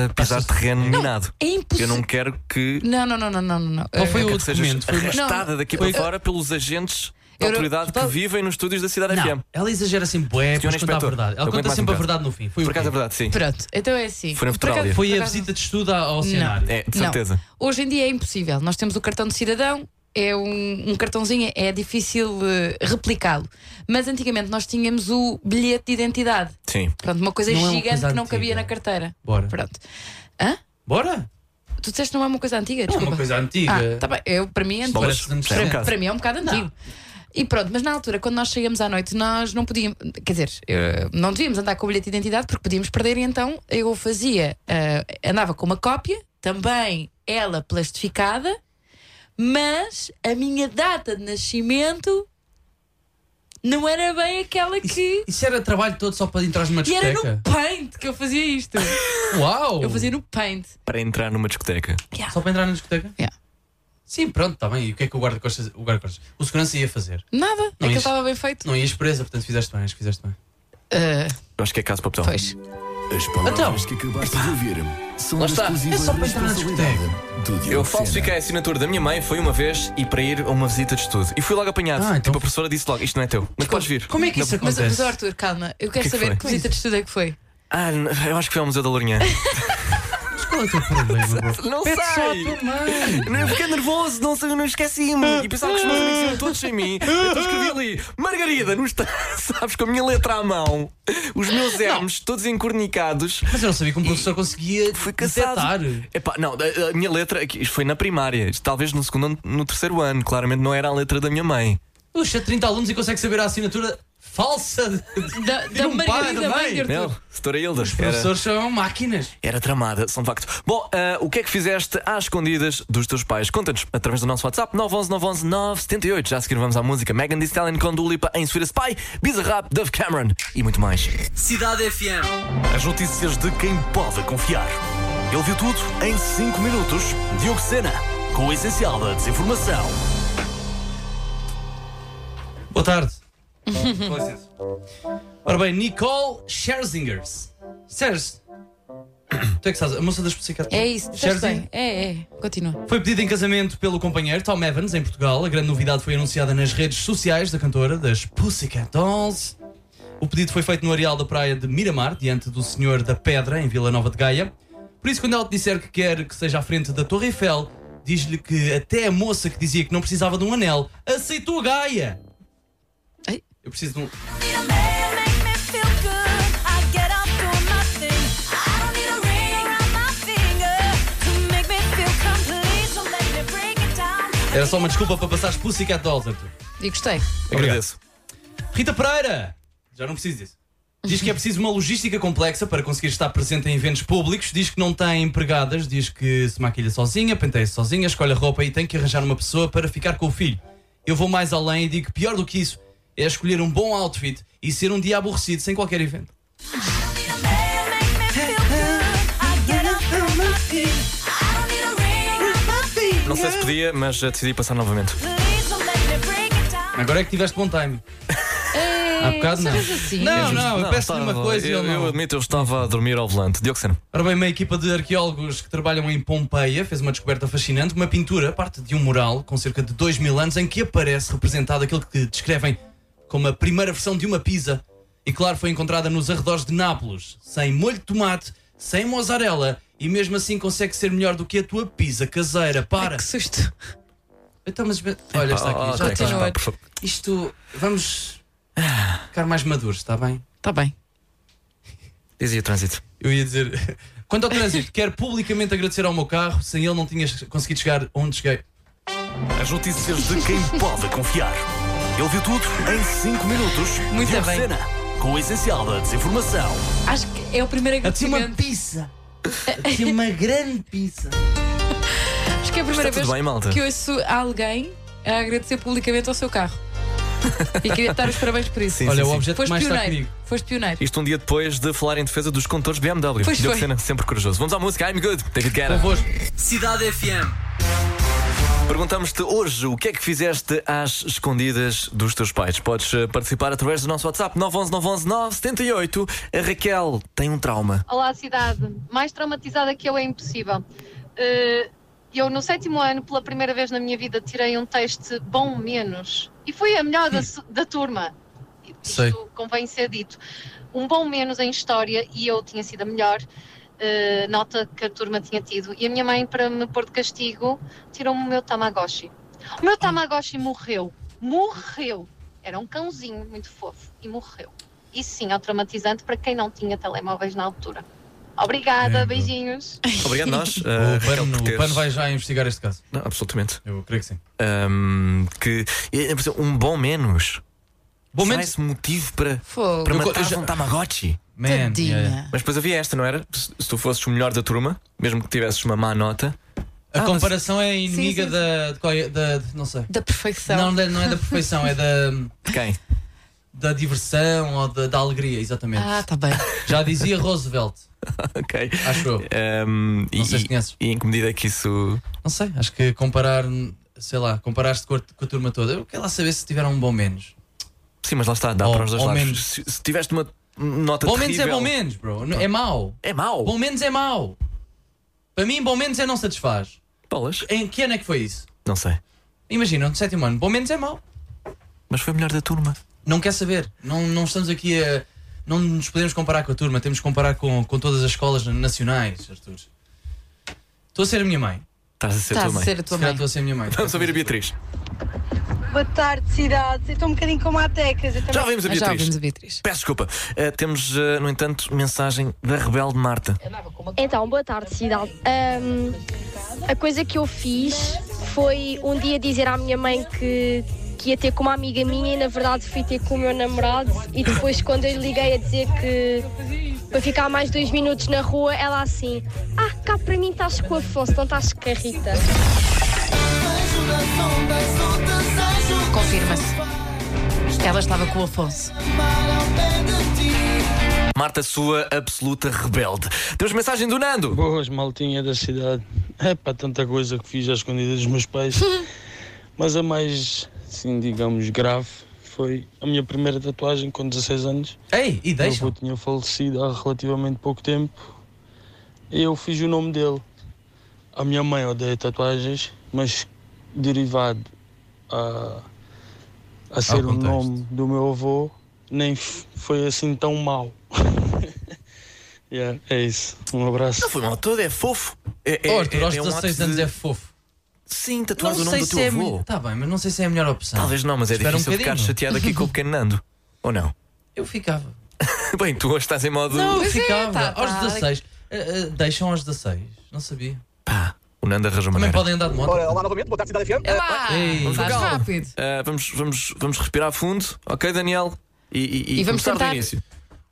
[SPEAKER 3] a pisar
[SPEAKER 5] Achas-
[SPEAKER 3] terreno minado.
[SPEAKER 4] É
[SPEAKER 3] Eu
[SPEAKER 4] impossível.
[SPEAKER 3] não quero que.
[SPEAKER 4] Não, não, não, não, não, não.
[SPEAKER 5] Qual foi
[SPEAKER 4] Eu-
[SPEAKER 5] o
[SPEAKER 3] que sejas
[SPEAKER 5] documento? Foi uma-
[SPEAKER 3] arrastada
[SPEAKER 4] Não,
[SPEAKER 3] daqui
[SPEAKER 5] foi-
[SPEAKER 3] para fora pelos agentes da
[SPEAKER 4] Eu não-
[SPEAKER 3] autoridade que
[SPEAKER 4] Total-
[SPEAKER 3] vivem nos estúdios da Cidade
[SPEAKER 5] Não,
[SPEAKER 3] FM.
[SPEAKER 5] ela exagera sempre, é bué,
[SPEAKER 3] Senhor é
[SPEAKER 5] mas conta a
[SPEAKER 3] Inspetor,
[SPEAKER 5] verdade.
[SPEAKER 3] eu
[SPEAKER 5] Ela
[SPEAKER 3] aguento
[SPEAKER 5] conta
[SPEAKER 3] mais
[SPEAKER 5] sempre
[SPEAKER 3] um
[SPEAKER 5] a
[SPEAKER 3] bocado.
[SPEAKER 5] verdade no fim. Foi
[SPEAKER 3] Por
[SPEAKER 5] o
[SPEAKER 3] acaso é
[SPEAKER 5] quê?
[SPEAKER 3] verdade, sim.
[SPEAKER 4] Pronto, então é
[SPEAKER 3] Foi
[SPEAKER 4] assim.
[SPEAKER 3] na
[SPEAKER 4] Por acaso-
[SPEAKER 3] Futurália.
[SPEAKER 4] por
[SPEAKER 5] Foi a
[SPEAKER 4] acaso-
[SPEAKER 5] visita de estudo ao
[SPEAKER 4] Não.
[SPEAKER 5] cenário.
[SPEAKER 3] É, de certeza.
[SPEAKER 4] Não. Hoje em dia é impossível. Nós temos o cartão de cidadão, é um, um cartãozinho, é difícil eh, replicá-lo. Mas antigamente nós tínhamos o bilhete de identidade.
[SPEAKER 3] Sim.
[SPEAKER 4] Pronto, uma coisa
[SPEAKER 5] Não é uma
[SPEAKER 4] gigante
[SPEAKER 5] coisa
[SPEAKER 4] que não
[SPEAKER 5] antiga.
[SPEAKER 4] cabia na carteira.
[SPEAKER 5] Bora.
[SPEAKER 4] Pronto. Hã?
[SPEAKER 5] Bora?
[SPEAKER 4] Tu disseste que não é uma coisa antiga?
[SPEAKER 5] Não, é
[SPEAKER 4] Desculpa.
[SPEAKER 5] uma coisa
[SPEAKER 4] Ah,
[SPEAKER 5] antiga.
[SPEAKER 4] tá bem. Eu, para mim é antigo.
[SPEAKER 5] Parece um
[SPEAKER 3] Já é
[SPEAKER 5] bocado.
[SPEAKER 3] um bocado.
[SPEAKER 4] Para mim é um bocado antigo. E pronto, mas na altura, quando nós saíamos à noite, nós não podíamos, quer dizer, eh, não devíamos andar com o bilhete de identidade porque podíamos perder, e então eu fazia, eh, andava com uma cópia, também ela plastificada, mas a minha data de nascimento não era bem aquela que.
[SPEAKER 5] Isso era trabalho todo só para entrar numa
[SPEAKER 4] E era
[SPEAKER 5] discoteca. Oh.
[SPEAKER 4] no Paint que eu fazia isto.
[SPEAKER 5] Uau!
[SPEAKER 4] Eu fazia no Paint.
[SPEAKER 3] Para entrar numa discoteca.
[SPEAKER 5] Só para entrar na discoteca?
[SPEAKER 4] Yeah.
[SPEAKER 5] Sim, pronto, está bem. E o que é que o guarda-costas o, guarda o segurança ia fazer?
[SPEAKER 4] Nada, é que
[SPEAKER 5] isso-
[SPEAKER 4] ele estava bem feito.
[SPEAKER 5] Não ias presa, portanto fizeste bem, acho que fizeste bem.
[SPEAKER 4] Eh,
[SPEAKER 3] Eu acho que é caso para o botão.
[SPEAKER 4] pois.
[SPEAKER 1] As palavras
[SPEAKER 5] Então.
[SPEAKER 1] que acabaste de ouvir são
[SPEAKER 3] Lá
[SPEAKER 1] da
[SPEAKER 3] está.
[SPEAKER 1] exclusiva
[SPEAKER 5] É só para entrar na
[SPEAKER 1] responsabilidade do Diogo Sena.
[SPEAKER 3] Eu falsifiquei a assinatura da minha mãe, foi uma vez, e para ir a uma visita de estudo. E fui logo apanhado.
[SPEAKER 5] Ah, então-
[SPEAKER 3] Tipo, a professora disse logo: Isto não é teu. Mas podes vir.
[SPEAKER 5] Como é que isso
[SPEAKER 4] Mas,
[SPEAKER 5] acontece?
[SPEAKER 4] mas Arthur, calma, eu quero
[SPEAKER 3] que é que
[SPEAKER 4] saber
[SPEAKER 3] foi?
[SPEAKER 4] que visita de estudo é que foi.
[SPEAKER 3] Ah, n- eu acho que foi ao Museu da Lourinhã.
[SPEAKER 5] Qual é o teu problema, bro?
[SPEAKER 3] Não
[SPEAKER 5] Pede só à
[SPEAKER 3] sei!
[SPEAKER 5] tua mãe.
[SPEAKER 3] Não, eu fiquei nervoso, não, sei, não esqueci-me. E pensava que os meus amigos iam todos sem mim. Então escrevi ali, Margarida, não está, sabes, com a minha letra à mão, os meus M's todos encornicados.
[SPEAKER 5] Mas eu não sabia que um professor conseguia
[SPEAKER 3] Fui caçado.
[SPEAKER 5] detectar.
[SPEAKER 3] Epá, não, a, a minha letra, aqui, isto foi na primária, isto talvez no segundo, ano- no terceiro ano, claramente não era a letra da minha mãe.
[SPEAKER 5] Puxa, 30 alunos e consegue saber a assinatura falsa. De...
[SPEAKER 4] Da, da
[SPEAKER 5] Tira um par
[SPEAKER 4] Margarida
[SPEAKER 5] também.
[SPEAKER 4] Bangartu.
[SPEAKER 3] Não, Setora Hilda.
[SPEAKER 5] Os
[SPEAKER 3] Era,
[SPEAKER 5] professores são máquinas.
[SPEAKER 3] era tramada, são de facto. Bom, ah, o que é que fizeste às escondidas dos teus pais? Conta-nos através do nosso WhatsApp 911 911 978. Já a seguir vamos à música Megan Thee Stallion com Dua Lipa em Sweet Spy, Bizarrap, Dove Cameron e muito mais.
[SPEAKER 12] Cidade FM.
[SPEAKER 1] As notícias de quem pode confiar. Ele viu tudo em 5 minutos. Diogo Sena, com o essencial da desinformação.
[SPEAKER 5] Boa tarde. Com licença. Ora bem, Nicole Scherzingers. Scherzingers. Tu é que estás, a moça das psiquiatras.
[SPEAKER 4] É isso, disseste bem. É, é. Continua.
[SPEAKER 5] Foi pedida em casamento pelo companheiro Tom Evans, em Portugal. A grande novidade foi anunciada nas redes sociais da cantora, das Pussycat Dolls. O pedido foi feito no areal da praia de Miramar, diante do Senhor da Pedra, em Vila Nova de Gaia. Por isso, quando ela te disser que quer que seja à frente da Torre Eiffel, diz-lhe que até a moça que dizia que não precisava de um anel aceitou a Gaia.
[SPEAKER 4] Ai.
[SPEAKER 5] Eu preciso de um. Era só uma desculpa para passar as Pussycat Dolls, Arthur.
[SPEAKER 4] E gostei.
[SPEAKER 3] Agradeço.
[SPEAKER 5] Rita Pereira! Já não preciso disso. Diz que é preciso uma logística complexa para conseguir estar presente em eventos públicos. Diz que não tem empregadas, diz que se maquilha sozinha, penteia-se sozinha, escolhe a roupa e tem que arranjar uma pessoa para ficar com o filho. Eu vou mais além e digo que pior do que isso é escolher um bom outfit e ser um dia aborrecido sem qualquer evento. É,
[SPEAKER 3] Não sei se podia, mas eh, decidi passar novamente.
[SPEAKER 5] Agora é que tiveste bom time.
[SPEAKER 4] Há
[SPEAKER 5] bocado não.
[SPEAKER 4] Assim.
[SPEAKER 5] Não, É não, eu peço-lhe
[SPEAKER 3] estava-
[SPEAKER 5] uma coisa e
[SPEAKER 3] Eu,
[SPEAKER 5] ele
[SPEAKER 3] Tá eu
[SPEAKER 5] não.
[SPEAKER 3] admito, eu estava a dormir ao volante. Diogo Sena.
[SPEAKER 5] Ora bem, uma equipa de arqueólogos que trabalham em Pompeia fez uma descoberta fascinante, uma pintura, parte de um mural com cerca de 2 mil anos, em que aparece representado aquilo que descrevem como a primeira versão de uma pizza. E claro, foi encontrada nos arredores de Nápoles, sem molho de tomate, sem mozzarella, e mesmo assim consegue ser melhor do que a tua pizza caseira. Para!
[SPEAKER 4] Que susto.
[SPEAKER 5] Então, mas. Olha, está
[SPEAKER 3] Ah,
[SPEAKER 5] aqui. Já
[SPEAKER 3] ok,
[SPEAKER 5] está.
[SPEAKER 3] pá, por favor.
[SPEAKER 5] Isto. Vamos ficar mais maduros, está bem?
[SPEAKER 4] Está Tá bem.
[SPEAKER 3] Dizia o trânsito.
[SPEAKER 5] Eu ia dizer. Quanto ao trânsito, quero publicamente agradecer ao meu carro, sem ele não tinhas conseguido chegar onde cheguei.
[SPEAKER 1] As notícias de quem pode confiar. Ele viu tudo em 5 minutos.
[SPEAKER 4] Muito
[SPEAKER 1] Diogo
[SPEAKER 4] bem.
[SPEAKER 1] Sena, com o essencial da desinformação.
[SPEAKER 4] Acho que é o primeiro
[SPEAKER 5] Até uma
[SPEAKER 4] agradecimento.
[SPEAKER 5] pizza! Até uma grande pizza!
[SPEAKER 4] Acho que é a primeira
[SPEAKER 3] Está tudo
[SPEAKER 4] vez
[SPEAKER 3] bem, malta?
[SPEAKER 4] que ouço alguém a agradecer publicamente ao seu carro. E queria te dar os parabéns por isso.
[SPEAKER 3] Sim,
[SPEAKER 5] Olha,
[SPEAKER 3] sim,
[SPEAKER 5] o
[SPEAKER 3] sim.
[SPEAKER 5] objeto que
[SPEAKER 4] Foste
[SPEAKER 5] mais está
[SPEAKER 4] pioneiro.
[SPEAKER 5] comigo.
[SPEAKER 4] Foste pioneiro.
[SPEAKER 3] Isto um dia depois de falar em defesa dos condutores BMW.
[SPEAKER 4] Pois
[SPEAKER 3] Diogo
[SPEAKER 4] foi.
[SPEAKER 3] Sena, sempre corajoso. Vamos à música I'm Good, David Guerra.
[SPEAKER 5] Convosco.
[SPEAKER 12] Cidade FM.
[SPEAKER 3] Perguntamos-te hoje o que é que fizeste às escondidas dos teus pais. Podes eh, participar através do nosso WhatsApp 911 911 978. A Raquel tem um trauma.
[SPEAKER 13] Olá, cidade. Mais traumatizada que eu é impossível. Eh, Eu, no sétimo ano, pela primeira vez na minha vida, tirei um teste bom menos. E fui a melhor da, su- da turma. Isto
[SPEAKER 5] Sei.
[SPEAKER 13] convém ser dito. Um bom menos em história e eu tinha sido a melhor. eh, nota que a turma tinha tido. E a minha mãe, para me pôr de castigo, tirou-me o meu Tamagotchi. O meu Tamagotchi morreu. Morreu. Era um cãozinho muito fofo e morreu. Isso sim é traumatizante para quem não tinha telemóveis na altura. Obrigada,
[SPEAKER 5] Credo.
[SPEAKER 13] beijinhos.
[SPEAKER 3] Obrigado, nós. eh,
[SPEAKER 5] O
[SPEAKER 3] Raquel,
[SPEAKER 5] pano,
[SPEAKER 3] por
[SPEAKER 5] o
[SPEAKER 3] teres-
[SPEAKER 5] pano vai já investigar este caso.
[SPEAKER 3] Não, absolutamente.
[SPEAKER 5] Eu creio que sim.
[SPEAKER 3] Ahm, que é, por exemplo, um bom menos.
[SPEAKER 5] Bom
[SPEAKER 3] Será
[SPEAKER 5] menos-
[SPEAKER 3] esse motivo para,
[SPEAKER 4] Fogo.
[SPEAKER 3] para
[SPEAKER 5] Eu co-
[SPEAKER 3] matar
[SPEAKER 5] eu já-
[SPEAKER 3] um Tamagotchi.
[SPEAKER 5] Man,
[SPEAKER 4] Tadinha.
[SPEAKER 5] yeah, yeah.
[SPEAKER 3] Mas depois havia esta, não era? Se se tu fosses o melhor da turma, mesmo que tivesses uma má nota,
[SPEAKER 5] A
[SPEAKER 3] Ah, mas-
[SPEAKER 5] comparação é inimiga
[SPEAKER 4] sim,
[SPEAKER 5] Da, de qual é- da- de- Não sei.
[SPEAKER 4] Da perfeição.
[SPEAKER 5] Não, da- não é da perfeição, é da,
[SPEAKER 3] de quem?
[SPEAKER 5] da diversão ou da, da alegria, exatamente.
[SPEAKER 4] Ah, está bem.
[SPEAKER 5] Já dizia Roosevelt,
[SPEAKER 3] ok.
[SPEAKER 5] acho eu.
[SPEAKER 3] Ahm, e,
[SPEAKER 5] Não sei se conheces.
[SPEAKER 3] e em que medida é que isso.
[SPEAKER 5] Não sei, acho que comparar, sei lá, comparar-se com, a- com a turma toda, eu quero lá saber se tiveram um bom menos.
[SPEAKER 3] Sim, mas lá está, dá
[SPEAKER 5] Ou-
[SPEAKER 3] para os dois
[SPEAKER 5] ou
[SPEAKER 3] lados.
[SPEAKER 5] menos.
[SPEAKER 3] Se, se tiveste uma nota
[SPEAKER 5] Bom menos
[SPEAKER 3] terrível,
[SPEAKER 5] é bom menos, bro. Não- É mau.
[SPEAKER 3] É mau.
[SPEAKER 5] Bom menos é mau. Para mim, bom menos é não satisfaz.
[SPEAKER 3] Bolas?
[SPEAKER 5] Em que ano é que foi isso?
[SPEAKER 3] Não sei.
[SPEAKER 5] Imagina, no sétimo ano, bom menos é mau.
[SPEAKER 3] Mas foi o melhor da turma.
[SPEAKER 5] Não quer saber. Não, não estamos aqui a. Não nos podemos comparar com a turma, temos que comparar com, com todas as escolas nacionais, Arthur. Estou a ser a minha mãe.
[SPEAKER 3] Estás a ser a tua mãe.
[SPEAKER 5] Se calhar Estou a ser a minha mãe.
[SPEAKER 3] Vamos ouvir a Beatriz.
[SPEAKER 10] Boa tarde, cidade. Eu estou um bocadinho como a Tecas. Eu também-
[SPEAKER 3] Já ouvimos a Beatriz. Peço desculpa. Eh, temos, eh, no entanto, mensagem da rebelde Marta.
[SPEAKER 14] Então, boa tarde, cidade. Ahm, a coisa que eu fiz foi um dia dizer à minha mãe que, que ia ter com uma amiga minha e, na verdade, fui ter com o meu namorado. E depois, quando eu lhe liguei a dizer que para ficar mais dois minutos na rua, ela assim: Ah, cá para mim estás com o Afonso, não estás com a Rita.
[SPEAKER 4] Confirma-se. Ela estava com o Afonso.
[SPEAKER 3] Marta, sua absoluta rebelde. Temos mensagem do Nando.
[SPEAKER 15] Boas, maltinha da cidade. É para tanta coisa que fiz às escondidas dos meus pais. Mas a mais, sim, digamos, grave foi a minha primeira tatuagem com 16 anos.
[SPEAKER 5] Ei, e
[SPEAKER 15] Meu avô tinha falecido há relativamente pouco tempo. E eu fiz o nome dele. A minha mãe odeia tatuagens, mas derivado a, a ser o
[SPEAKER 16] contexto.
[SPEAKER 15] nome do meu avô, nem f- foi assim tão mau. Yeah, é isso. Um abraço.
[SPEAKER 3] Não foi mal todo, é fofo. É,
[SPEAKER 5] Oh, Arthur, aos 16 anos é
[SPEAKER 3] fofo. Sim, tatuar
[SPEAKER 5] Não
[SPEAKER 3] o nome
[SPEAKER 5] sei
[SPEAKER 3] do
[SPEAKER 5] se
[SPEAKER 3] teu
[SPEAKER 5] é
[SPEAKER 3] avô.
[SPEAKER 5] Está bem, mas não sei se é a melhor opção.
[SPEAKER 3] Talvez não, mas é
[SPEAKER 5] Espera um
[SPEAKER 3] difícil ficar
[SPEAKER 5] bocadinho.
[SPEAKER 3] chateado aqui com o pequeno Nando. Ou não?
[SPEAKER 5] Eu ficava.
[SPEAKER 3] Bem, tu hoje estás em modo.
[SPEAKER 5] Não, eu ficava.
[SPEAKER 3] tá,
[SPEAKER 5] aos
[SPEAKER 3] tá.
[SPEAKER 5] 16. Eh, eh, deixam aos 16. Não sabia.
[SPEAKER 3] O Nando arranjou
[SPEAKER 5] Também
[SPEAKER 3] maneira.
[SPEAKER 5] podem andar de moto.
[SPEAKER 3] Ora,
[SPEAKER 5] olá novamente, boa tarde, Cidade FM.
[SPEAKER 17] tá-
[SPEAKER 5] Ei,
[SPEAKER 17] Ah,
[SPEAKER 3] Vamos
[SPEAKER 5] estás
[SPEAKER 3] jogar.
[SPEAKER 5] rápido.
[SPEAKER 3] Eh, vamos, vamos, vamos respirar fundo, ok, Daniel? E,
[SPEAKER 5] E vamos
[SPEAKER 3] começar
[SPEAKER 5] tentar-
[SPEAKER 3] do início.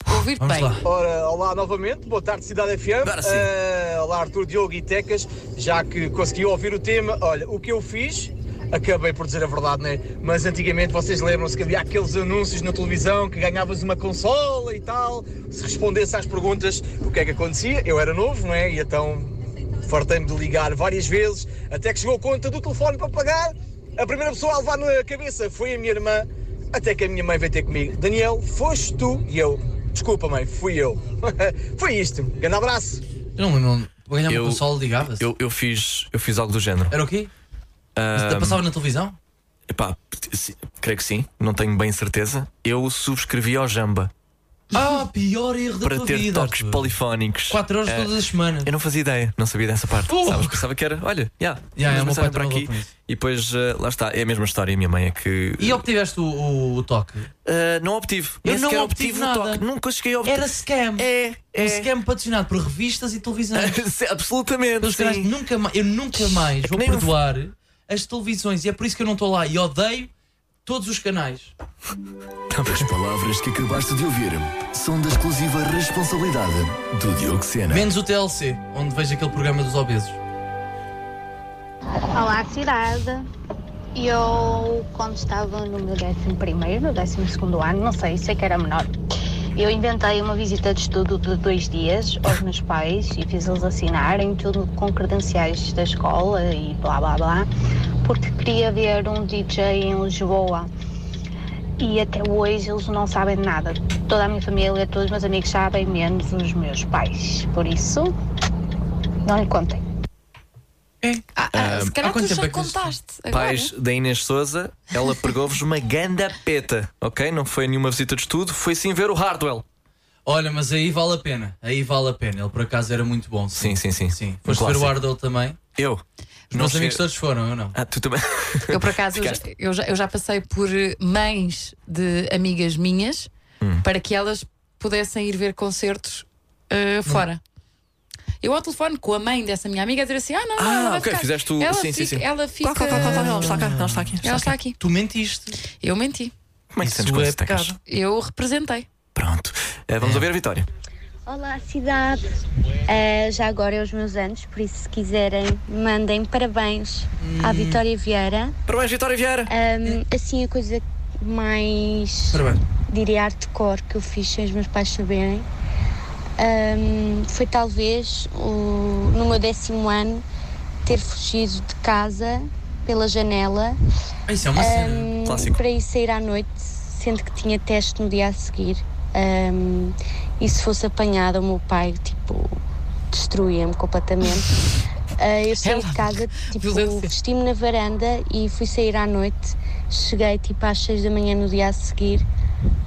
[SPEAKER 4] Ouvir
[SPEAKER 3] Vamos bem. lá.
[SPEAKER 17] Ora, olá novamente, boa tarde Cidade FM.
[SPEAKER 3] Agora sim.
[SPEAKER 17] Eh, olá Arthur, Diogo e Tecas, já que consegui ouvir o tema, olha, o que eu fiz, acabei por dizer a verdade, né? Mas antigamente vocês lembram-se que havia aqueles anúncios na televisão que ganhavas uma consola e tal, se respondesse às perguntas, o que é que acontecia? Eu era novo, não é? E então fartei-me de ligar várias vezes, até que chegou a conta do telefone para pagar. A primeira pessoa a levar na cabeça foi a minha irmã, até que a minha mãe veio ter comigo. Daniel, foste tu e eu. Desculpa, mãe, fui eu. foi isto. Grande abraço.
[SPEAKER 5] Eu não lembro. Ganhava
[SPEAKER 3] Eu-
[SPEAKER 5] um console, ligava-se.
[SPEAKER 3] Eu, eu, fiz, eu fiz algo do género.
[SPEAKER 5] Era o quê? Mas Passava na televisão?
[SPEAKER 3] Epá, se- creio que sim, não tenho bem certeza. Eu subscrevi ao Jamba
[SPEAKER 5] Ah, pior erro da
[SPEAKER 3] para
[SPEAKER 5] tua
[SPEAKER 3] ter
[SPEAKER 5] vida.
[SPEAKER 3] toques polifónicos.
[SPEAKER 5] 4 horas
[SPEAKER 3] Eh,
[SPEAKER 5] todas as semanas.
[SPEAKER 3] Eu não fazia ideia, não sabia dessa parte.
[SPEAKER 5] Porra!
[SPEAKER 3] Sabes, pensava que era, olha, já,
[SPEAKER 5] Já,
[SPEAKER 3] yeah,
[SPEAKER 5] é, o meu pai
[SPEAKER 3] para
[SPEAKER 5] trabalhou
[SPEAKER 3] aqui.
[SPEAKER 5] com isso.
[SPEAKER 3] E depois, eh, lá está, é a mesma história. A minha mãe é que. eh,
[SPEAKER 5] E obtiveste o, o- o toque?
[SPEAKER 3] não obtive.
[SPEAKER 5] Eu
[SPEAKER 3] Nem
[SPEAKER 5] não
[SPEAKER 3] sequer
[SPEAKER 5] obtive
[SPEAKER 3] obtive o
[SPEAKER 5] nada.
[SPEAKER 3] toque. Nunca cheguei a obter.
[SPEAKER 5] Era scam.
[SPEAKER 3] É,
[SPEAKER 5] Um scam patrocinado por revistas e televisão.
[SPEAKER 3] Absolutamente.
[SPEAKER 5] Pelos canais que nunca mais, eu nunca mais vou
[SPEAKER 3] nem um-
[SPEAKER 5] perdoar as televisões e é por isso que eu não estou lá e odeio todos os canais.
[SPEAKER 1] As palavras que acabaste de ouvir são da exclusiva responsabilidade do Diogo Sena.
[SPEAKER 5] Menos o TLC, onde vejo aquele programa dos obesos.
[SPEAKER 18] Olá, cidade. Eu, quando estava no meu 11, no 12 ano, não sei, sei que era menor, eu inventei uma visita de estudo de dois dias aos meus pais e fiz-los assinarem tudo com credenciais da escola e blá blá blá, porque queria ver um DJ em Lisboa. E até hoje eles não sabem nada. Toda a minha família, todos os meus amigos sabem, menos os meus pais. Por isso, não lhe contem.
[SPEAKER 3] Ah,
[SPEAKER 4] Se calhar tu
[SPEAKER 5] é
[SPEAKER 4] já contaste. Agora.
[SPEAKER 3] Pais da Inês Souza, ela pregou-vos uma ganda peta, ok? Não foi nenhuma visita de estudo, foi sim ver o Hardwell.
[SPEAKER 5] Olha, mas aí vale a pena. Aí vale a pena. Ele por acaso era muito bom. Sim,
[SPEAKER 3] sim, sim.
[SPEAKER 5] sim. Foste
[SPEAKER 3] Um
[SPEAKER 5] ver o
[SPEAKER 3] clássico.
[SPEAKER 5] Ardell também.
[SPEAKER 3] Eu.
[SPEAKER 5] Os meus
[SPEAKER 3] Não
[SPEAKER 5] amigos
[SPEAKER 3] cheguei-
[SPEAKER 5] todos foram, eu não.
[SPEAKER 3] Ah, tu também.
[SPEAKER 4] Eu, por acaso, eu já, eu já- eu já passei por eh, mães de amigas minhas
[SPEAKER 3] Hum.
[SPEAKER 4] para que elas pudessem ir ver concertos eh, fora.
[SPEAKER 3] Hum.
[SPEAKER 4] Eu ao telefone com a mãe dessa minha amiga a dizer assim: Ah, não, não,
[SPEAKER 3] Ah,
[SPEAKER 4] ela vai
[SPEAKER 3] ok,
[SPEAKER 4] ficar.
[SPEAKER 3] fizeste o-
[SPEAKER 4] Ela
[SPEAKER 3] sim,
[SPEAKER 4] fica,
[SPEAKER 3] sim, sim.
[SPEAKER 4] Ela fica.
[SPEAKER 3] Claro, claro, claro, claro, ela está cá, ela está aqui,
[SPEAKER 4] Ela está aqui.
[SPEAKER 5] Tu mentiste.
[SPEAKER 4] Eu menti.
[SPEAKER 3] Como é que sentes com esse tecas?
[SPEAKER 4] Eu representei.
[SPEAKER 3] Eh, Vamos ouvir a Vitória.
[SPEAKER 19] Olá, cidade. Ah, já agora é os meus anos, por isso, se quiserem, mandem parabéns
[SPEAKER 4] Hum.
[SPEAKER 19] à Vitória Vieira.
[SPEAKER 3] Parabéns, Vitória Vieira!
[SPEAKER 19] assim, a coisa mais.
[SPEAKER 3] Parabéns.
[SPEAKER 19] diria hardcore que eu fiz sem os meus pais saberem ahm, foi talvez o- no meu décimo ano ter fugido de casa pela janela
[SPEAKER 5] Ah, isso é uma cena.
[SPEAKER 19] ahm,
[SPEAKER 5] Clássico.
[SPEAKER 19] para ir sair à noite sendo que tinha teste no dia a seguir Ahm, e se fosse apanhada o meu pai tipo destruía-me completamente Ah, eu saí de casa, tipo, vesti-me na varanda e fui sair à noite. Cheguei tipo às 6 da manhã no dia a seguir.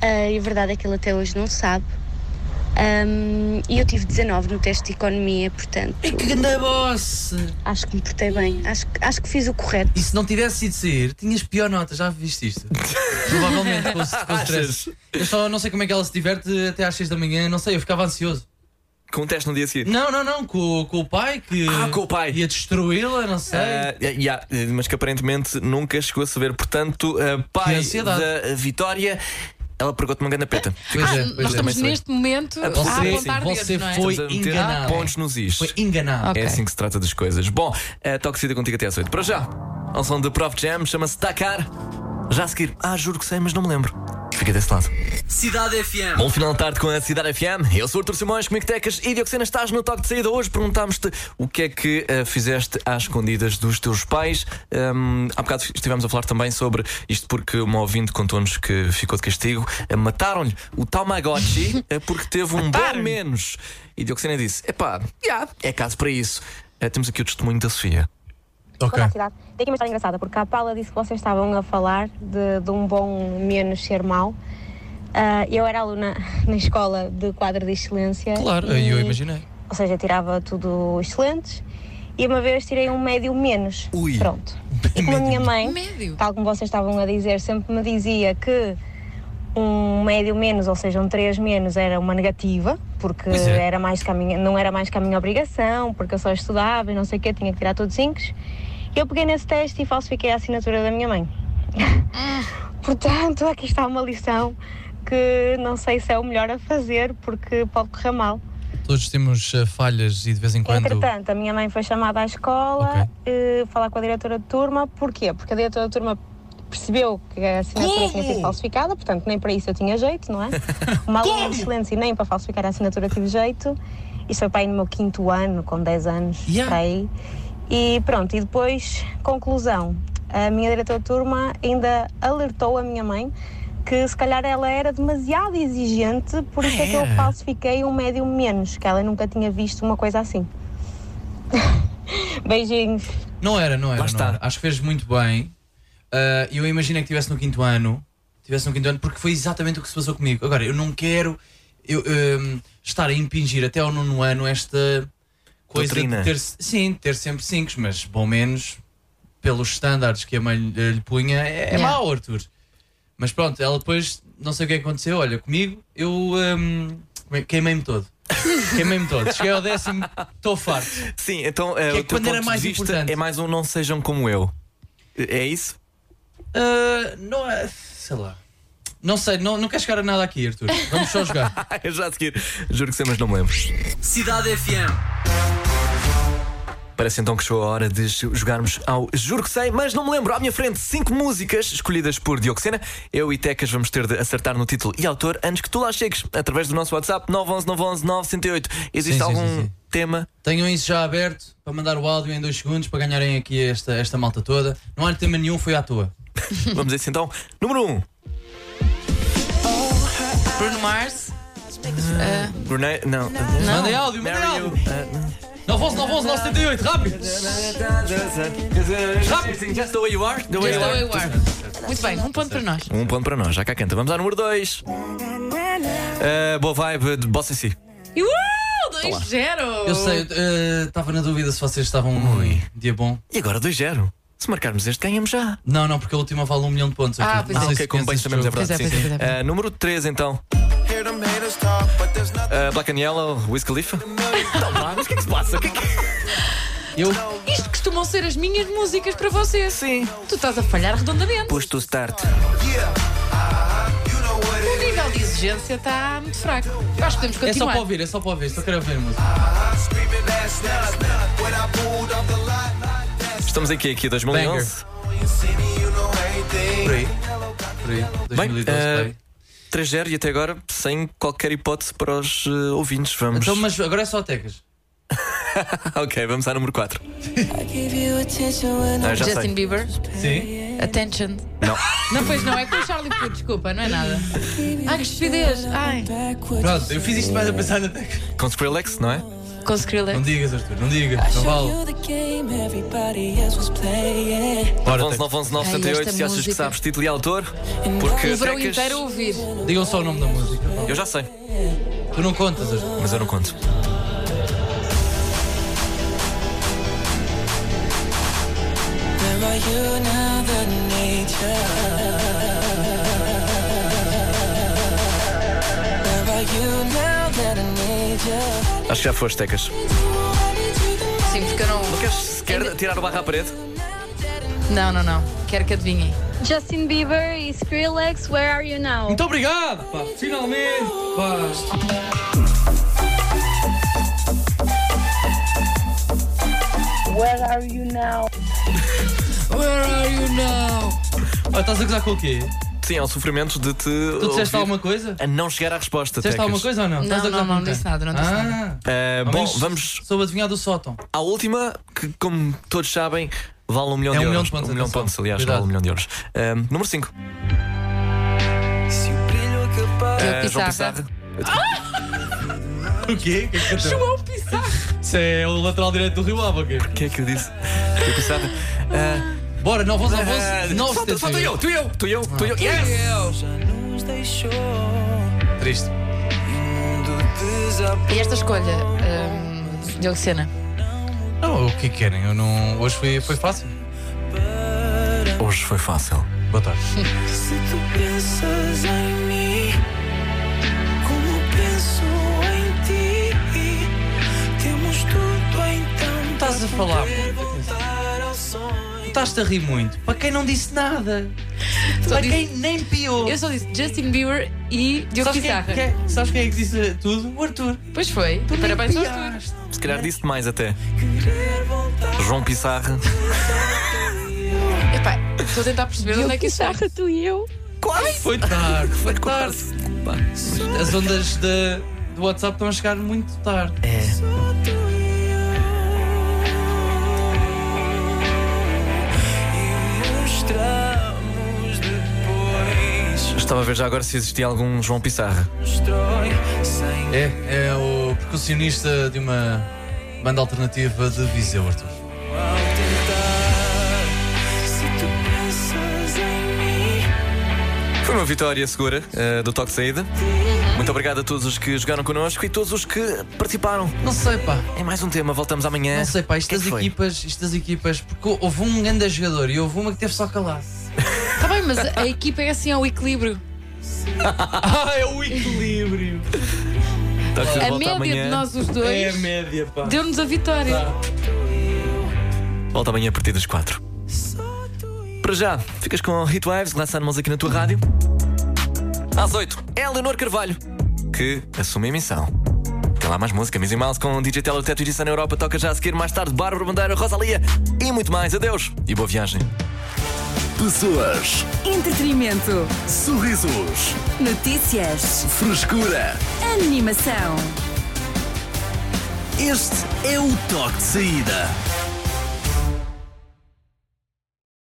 [SPEAKER 19] Ah, e a verdade é que ele até hoje não sabe. Ahm, e eu tive 19 no teste de economia, portanto.
[SPEAKER 5] É que grande boss!
[SPEAKER 19] Acho que me portei bem, acho, que- acho que fiz o correto.
[SPEAKER 5] E se não tivesse ido sair, tinhas pior nota, já viste isto? Provavelmente, com o com o stress. Eu só não sei como é que ela se diverte até às 6 da manhã, não sei, eu ficava ansioso.
[SPEAKER 3] Com o teste no dia seguinte?
[SPEAKER 5] Não, não, não, com, o- com o pai que. Ah, com o pai! Ia destruí-la, não sei.
[SPEAKER 3] Ah, yeah, eh, mas que aparentemente nunca chegou a saber. Portanto, eh, pai da Vitória, ela pegou-te uma grande peta.
[SPEAKER 5] Pois é, Ah, pois
[SPEAKER 4] Nós estamos
[SPEAKER 3] Também
[SPEAKER 4] neste momento a
[SPEAKER 3] Você,
[SPEAKER 4] apontar
[SPEAKER 3] você
[SPEAKER 4] dedos,
[SPEAKER 3] foi
[SPEAKER 4] não é?
[SPEAKER 3] enganado. Pontos nos is. Foi enganado.
[SPEAKER 4] Ok.
[SPEAKER 3] É assim que se trata das coisas. Bom, a Toxida contigo até às 8. Para já, ao som de Prof Jam, chama-se Dakar. Já a seguir. Ah, juro que sei, mas não me lembro. Fica desse lado. é
[SPEAKER 12] Cidade FM.
[SPEAKER 3] Bom final de tarde com a Cidade FM. Eu sou o Artur Simões, comigo Tecas e Dioxena. Estás no toque de saída hoje. Perguntámos-te o que é que eh, fizeste às escondidas dos teus pais. Hum, há bocado estivemos a falar também sobre isto porque uma ouvinte contou-nos que ficou de castigo. Eh, Mataram-lhe o Tamagotchi eh, porque teve um bom menos. E Dioxena disse: epá, yeah, é caso para isso. Eh, temos aqui o testemunho da Sofia.
[SPEAKER 16] Olá, cidade. Tem aqui uma história engraçada, porque a Paula disse que vocês estavam a falar de, de um bom menos ser mau. Ah, eu era aluna na escola de quadro de excelência.
[SPEAKER 5] Claro,
[SPEAKER 16] e-
[SPEAKER 5] eu imaginei.
[SPEAKER 16] Ou seja, eu tirava tudo excelentes e uma vez tirei um médio menos. Pronto. E como a minha mãe, tal como vocês estavam a dizer, sempre me dizia que um médio menos, ou seja, um 3 menos era uma negativa, porque
[SPEAKER 20] Pois é.
[SPEAKER 16] era mais que a minha- não era mais que a minha obrigação, porque eu só estudava e não sei o quê, tinha que tirar todos 5. Eu peguei nesse teste e falsifiquei a assinatura da minha mãe. Portanto, aqui está uma lição que não sei se é o melhor a fazer, porque pode correr mal.
[SPEAKER 5] Todos temos eh, falhas e de vez em quando.
[SPEAKER 16] Entretanto, a minha mãe foi chamada à escola eh, falar com a diretora de turma. Porquê? Porque a diretora de turma percebeu que a assinatura tinha sido falsificada, portanto, nem para isso eu tinha jeito, não é? Uma aluna de excelência e nem para falsificar a assinatura tive jeito. Isto foi para aí no meu quinto ano, com 10 anos, para aí. E pronto, e depois, conclusão. A minha diretora de turma ainda alertou a minha mãe que se calhar ela era demasiado exigente, por isso é que eu
[SPEAKER 21] Era.
[SPEAKER 16] falsifiquei um médio menos, que ela nunca tinha visto uma coisa assim. Beijinhos.
[SPEAKER 5] Não era, não era. não era. Acho que fez muito bem. Ah, eu imagino é que tivesse no quinto ano. Tivesse no quinto ano, porque foi exatamente o que se passou comigo. Agora, eu não quero eu, hum, estar a impingir até ao nono ano esta coisa
[SPEAKER 3] Doutrina.
[SPEAKER 5] de ter, sim, ter sempre cinco, mas bom menos pelos estándares que a mãe lhe, lhe punha, é, é
[SPEAKER 3] Yeah.
[SPEAKER 5] mau, Arthur. Mas pronto, ela depois, não sei o que é que aconteceu, olha, comigo, eu hum, como é- queimei-me todo. queimei-me todo. Cheguei ao décimo, estou farto.
[SPEAKER 3] Sim, então
[SPEAKER 5] Que é
[SPEAKER 3] eh,
[SPEAKER 5] que
[SPEAKER 3] o teu
[SPEAKER 5] quando era
[SPEAKER 3] ponto
[SPEAKER 5] mais
[SPEAKER 3] de vista
[SPEAKER 5] importante.
[SPEAKER 3] é mais um não sejam como eu. É isso?
[SPEAKER 5] Ah, não é. Sei lá. Não sei, não, não quero chegar a nada aqui, Arthur. Vamos só jogar.
[SPEAKER 3] Eu já a seguir, juro que sei, mas não me lembro.
[SPEAKER 12] Cidade FM.
[SPEAKER 3] Parece então que chegou a hora de jogarmos ao Juro que sei, mas não me lembro. À minha frente, cinco músicas escolhidas por Dioxena. Eu e Tecas vamos ter de acertar no título e autor antes que tu lá chegues, através do nosso WhatsApp 911 911 908. Existe
[SPEAKER 5] Sim, sim,
[SPEAKER 3] algum
[SPEAKER 5] sim, sim.
[SPEAKER 3] tema?
[SPEAKER 5] Tenham isso já aberto para mandar o áudio em dois segundos para ganharem aqui esta, esta malta toda. Não há tema nenhum, foi à toa.
[SPEAKER 3] Vamos a isso então. Número 1. Um.
[SPEAKER 4] Bruno Mars.
[SPEAKER 5] É.
[SPEAKER 4] Ah,
[SPEAKER 3] Brunei? Não.
[SPEAKER 5] Mandem áudio, mandem áudio. 911, 911, 978, rápido!
[SPEAKER 3] Rápido! Just the way you are. The way you
[SPEAKER 4] Just the
[SPEAKER 3] are.
[SPEAKER 4] way you are. Muito bem, um ponto para nós.
[SPEAKER 3] Um ponto para nós, já cá canta. Vamos ao número 2. boa vibe de Bossa em si.
[SPEAKER 4] E uh, 2-0!
[SPEAKER 5] Eu sei, eh, estava na dúvida se vocês estavam num dia bom.
[SPEAKER 3] E agora 2-0. Se marcarmos este, ganhamos já.
[SPEAKER 5] Não, não, porque a última vale um milhão de pontos.
[SPEAKER 3] Ah,
[SPEAKER 5] Arthur.
[SPEAKER 3] pois
[SPEAKER 5] Não sei
[SPEAKER 3] é. Ah,
[SPEAKER 5] se
[SPEAKER 3] ok, como bem
[SPEAKER 5] conheces
[SPEAKER 3] sabemos, é
[SPEAKER 5] este
[SPEAKER 3] verdade.
[SPEAKER 5] jogo.
[SPEAKER 3] sim. Ah, número 3, então. Ah, Black and Yellow, Wiz Khalifa. Então vá, mas o que é que se passa? O que é que- Eu
[SPEAKER 4] Isto costumam ser as minhas músicas para vocês.
[SPEAKER 3] Sim.
[SPEAKER 4] Tu estás a falhar redondamente.
[SPEAKER 3] pus-te o start.
[SPEAKER 4] O nível de exigência está muito fraco. Eu acho que podemos
[SPEAKER 5] É só
[SPEAKER 4] continuar.
[SPEAKER 5] para ouvir, é só para ouvir, só quero ouvir a música.
[SPEAKER 3] Estamos aqui, aqui 2011.
[SPEAKER 5] Por aí. Por aí.
[SPEAKER 3] Bem, ah, 3-0 e até agora sem qualquer hipótese para os eh, ouvintes. Vamos.
[SPEAKER 5] Então, mas agora é só tecas.
[SPEAKER 3] ok, vamos ao número 4. Ah, já sei.
[SPEAKER 4] Justin Bieber. Sim. Attention.
[SPEAKER 3] Não.
[SPEAKER 4] Não, pois não, é com o Charlie Puth, desculpa, não é nada. Ai, que estupidez. Ai.
[SPEAKER 5] Pronto, eu fiz isto mais a pensar na tecas.
[SPEAKER 3] Com Skrillex, não é?
[SPEAKER 4] Com Skrillex.
[SPEAKER 5] Não digas, Arthur, não digas. Não vale.
[SPEAKER 3] 911 911 978
[SPEAKER 4] Ai, esta
[SPEAKER 3] se achas é que
[SPEAKER 4] música.
[SPEAKER 3] sabes título e autor.
[SPEAKER 4] o
[SPEAKER 3] Porque
[SPEAKER 4] verão
[SPEAKER 3] tecas.
[SPEAKER 4] inteiro a ouvir.
[SPEAKER 5] Digam só o nome da música.
[SPEAKER 3] Eu já sei.
[SPEAKER 5] Tu não contas as
[SPEAKER 3] Mas eu não conto.
[SPEAKER 20] Where are you now that nature? Where are you now that I need you?
[SPEAKER 3] Acho que já foste, Tecas.
[SPEAKER 4] Sim, porque eu não.
[SPEAKER 3] Não queres sequer tirar o barro à parede?
[SPEAKER 4] Não, não, não. Quero que adivinhem.
[SPEAKER 21] Justin Bieber e Skrillex, where are you now?
[SPEAKER 5] Muito obrigado, pá. Finalmente, pá.
[SPEAKER 7] Where are you now?
[SPEAKER 5] Where are you now? Olha, Ah, estás a gozar com o quê?
[SPEAKER 3] Sim, é o sofrimento de te.
[SPEAKER 5] Tu disseste
[SPEAKER 3] ouvir
[SPEAKER 5] alguma coisa?
[SPEAKER 3] A não chegar à resposta.
[SPEAKER 5] Disseste
[SPEAKER 3] Tecas.
[SPEAKER 5] alguma coisa ou não? Estás a gozar
[SPEAKER 4] Não, não,
[SPEAKER 5] com
[SPEAKER 4] não
[SPEAKER 5] quem?
[SPEAKER 4] disse nada, não disse
[SPEAKER 5] Ah,
[SPEAKER 4] nada.
[SPEAKER 3] Eh,
[SPEAKER 5] Ao
[SPEAKER 3] bom,
[SPEAKER 5] menos
[SPEAKER 3] vamos.
[SPEAKER 5] Sou adivinhar do sótão.
[SPEAKER 3] À última, que como todos sabem, vale um milhão
[SPEAKER 5] É
[SPEAKER 3] de
[SPEAKER 5] um milhão de
[SPEAKER 3] euros.
[SPEAKER 5] pontos,
[SPEAKER 3] um milhão de
[SPEAKER 5] atenção.
[SPEAKER 3] pontos, aliás,
[SPEAKER 5] Cuidado.
[SPEAKER 3] vale um milhão de euros. Eh, número 5. é Ah, João Pissarra.
[SPEAKER 5] Ah. O quê? O que é que aconteceu?
[SPEAKER 4] João Pissarro.
[SPEAKER 5] Isso é o lateral direito do Rio Ave, o quê? O
[SPEAKER 3] que é que eu disse? Eu pensava.
[SPEAKER 5] Bora, 9 11 11
[SPEAKER 3] Eh,
[SPEAKER 5] 9
[SPEAKER 3] falta- falta eu, tu e eu, tu e eu, tu
[SPEAKER 5] Ah,
[SPEAKER 3] e eu. Yes!
[SPEAKER 5] Triste.
[SPEAKER 4] Então- E esta escolha, hum, Diogo Sena?
[SPEAKER 5] Não, o que é que querem? Eu não... Hoje foi, foi fácil.
[SPEAKER 3] Hoje foi fácil.
[SPEAKER 5] Boa tarde.
[SPEAKER 20] Se tu pensas em mim, como penso em ti, temos tudo então.
[SPEAKER 5] Estás a falar. Tu estás-te a rir muito. Para quem não disse nada. Para quem nem piou.
[SPEAKER 4] Eu só disse Justin Bieber e Diogo
[SPEAKER 5] Sabes quem é
[SPEAKER 4] Pissarra.
[SPEAKER 5] que é- sabes quem é que disse tudo? O Arthur.
[SPEAKER 4] Pois foi. Parabéns ao Arthur.
[SPEAKER 3] Se calhar disse mais até. João Pissarra.
[SPEAKER 4] Epá, estou a tentar perceber onde é que isso foi.
[SPEAKER 5] tu e eu. Quase. Foi tarde, foi tarde. As ondas de, do WhatsApp estão a chegar muito tarde.
[SPEAKER 3] É.
[SPEAKER 20] Mostramos depois.
[SPEAKER 3] Estava a ver já agora se existia algum João Pissarra.
[SPEAKER 20] Destrói sem
[SPEAKER 5] É, é o percussionista de uma banda alternativa de Viseu, Arthur.
[SPEAKER 20] tentar. Se tu pensas em mim.
[SPEAKER 3] Foi uma vitória segura eh, do toque de saída. Muito obrigado a todos os que jogaram connosco e todos os que participaram.
[SPEAKER 5] Não sei, pá.
[SPEAKER 3] É mais um tema, voltamos amanhã.
[SPEAKER 5] Não sei, pá, isto
[SPEAKER 3] O que é
[SPEAKER 5] das
[SPEAKER 3] que foi?
[SPEAKER 5] equipas, isto das equipas, porque houve um grande jogador e houve uma que teve só calado.
[SPEAKER 4] Está Tá bem, mas a equipa é assim, ao equilíbrio.
[SPEAKER 5] ah, é o equilíbrio.
[SPEAKER 3] Toque Tá de Saída
[SPEAKER 4] A
[SPEAKER 3] volta
[SPEAKER 4] média de
[SPEAKER 3] amanhã.
[SPEAKER 4] nós os dois
[SPEAKER 5] É a média, pá. Tá.
[SPEAKER 4] deu-nos a vitória.
[SPEAKER 3] Volta amanhã a partir das 4. Para já, ficas com Hitwaves, Glass Animals aqui na tua rádio. Às 8, é a Leonor Carvalho, que assume a emissão. Tem lá mais música, Missy Mouse com DJ Teller Teto e Edição na Europa. Toca já a seguir, mais tarde, Bárbara Bandeira, Rosalia e muito mais. Adeus e boa viagem.
[SPEAKER 1] Pessoas,
[SPEAKER 2] Entretenimento.
[SPEAKER 1] sorrisos,
[SPEAKER 2] Notícias.
[SPEAKER 1] frescura.
[SPEAKER 2] Animação.
[SPEAKER 1] Este é o toque de saída.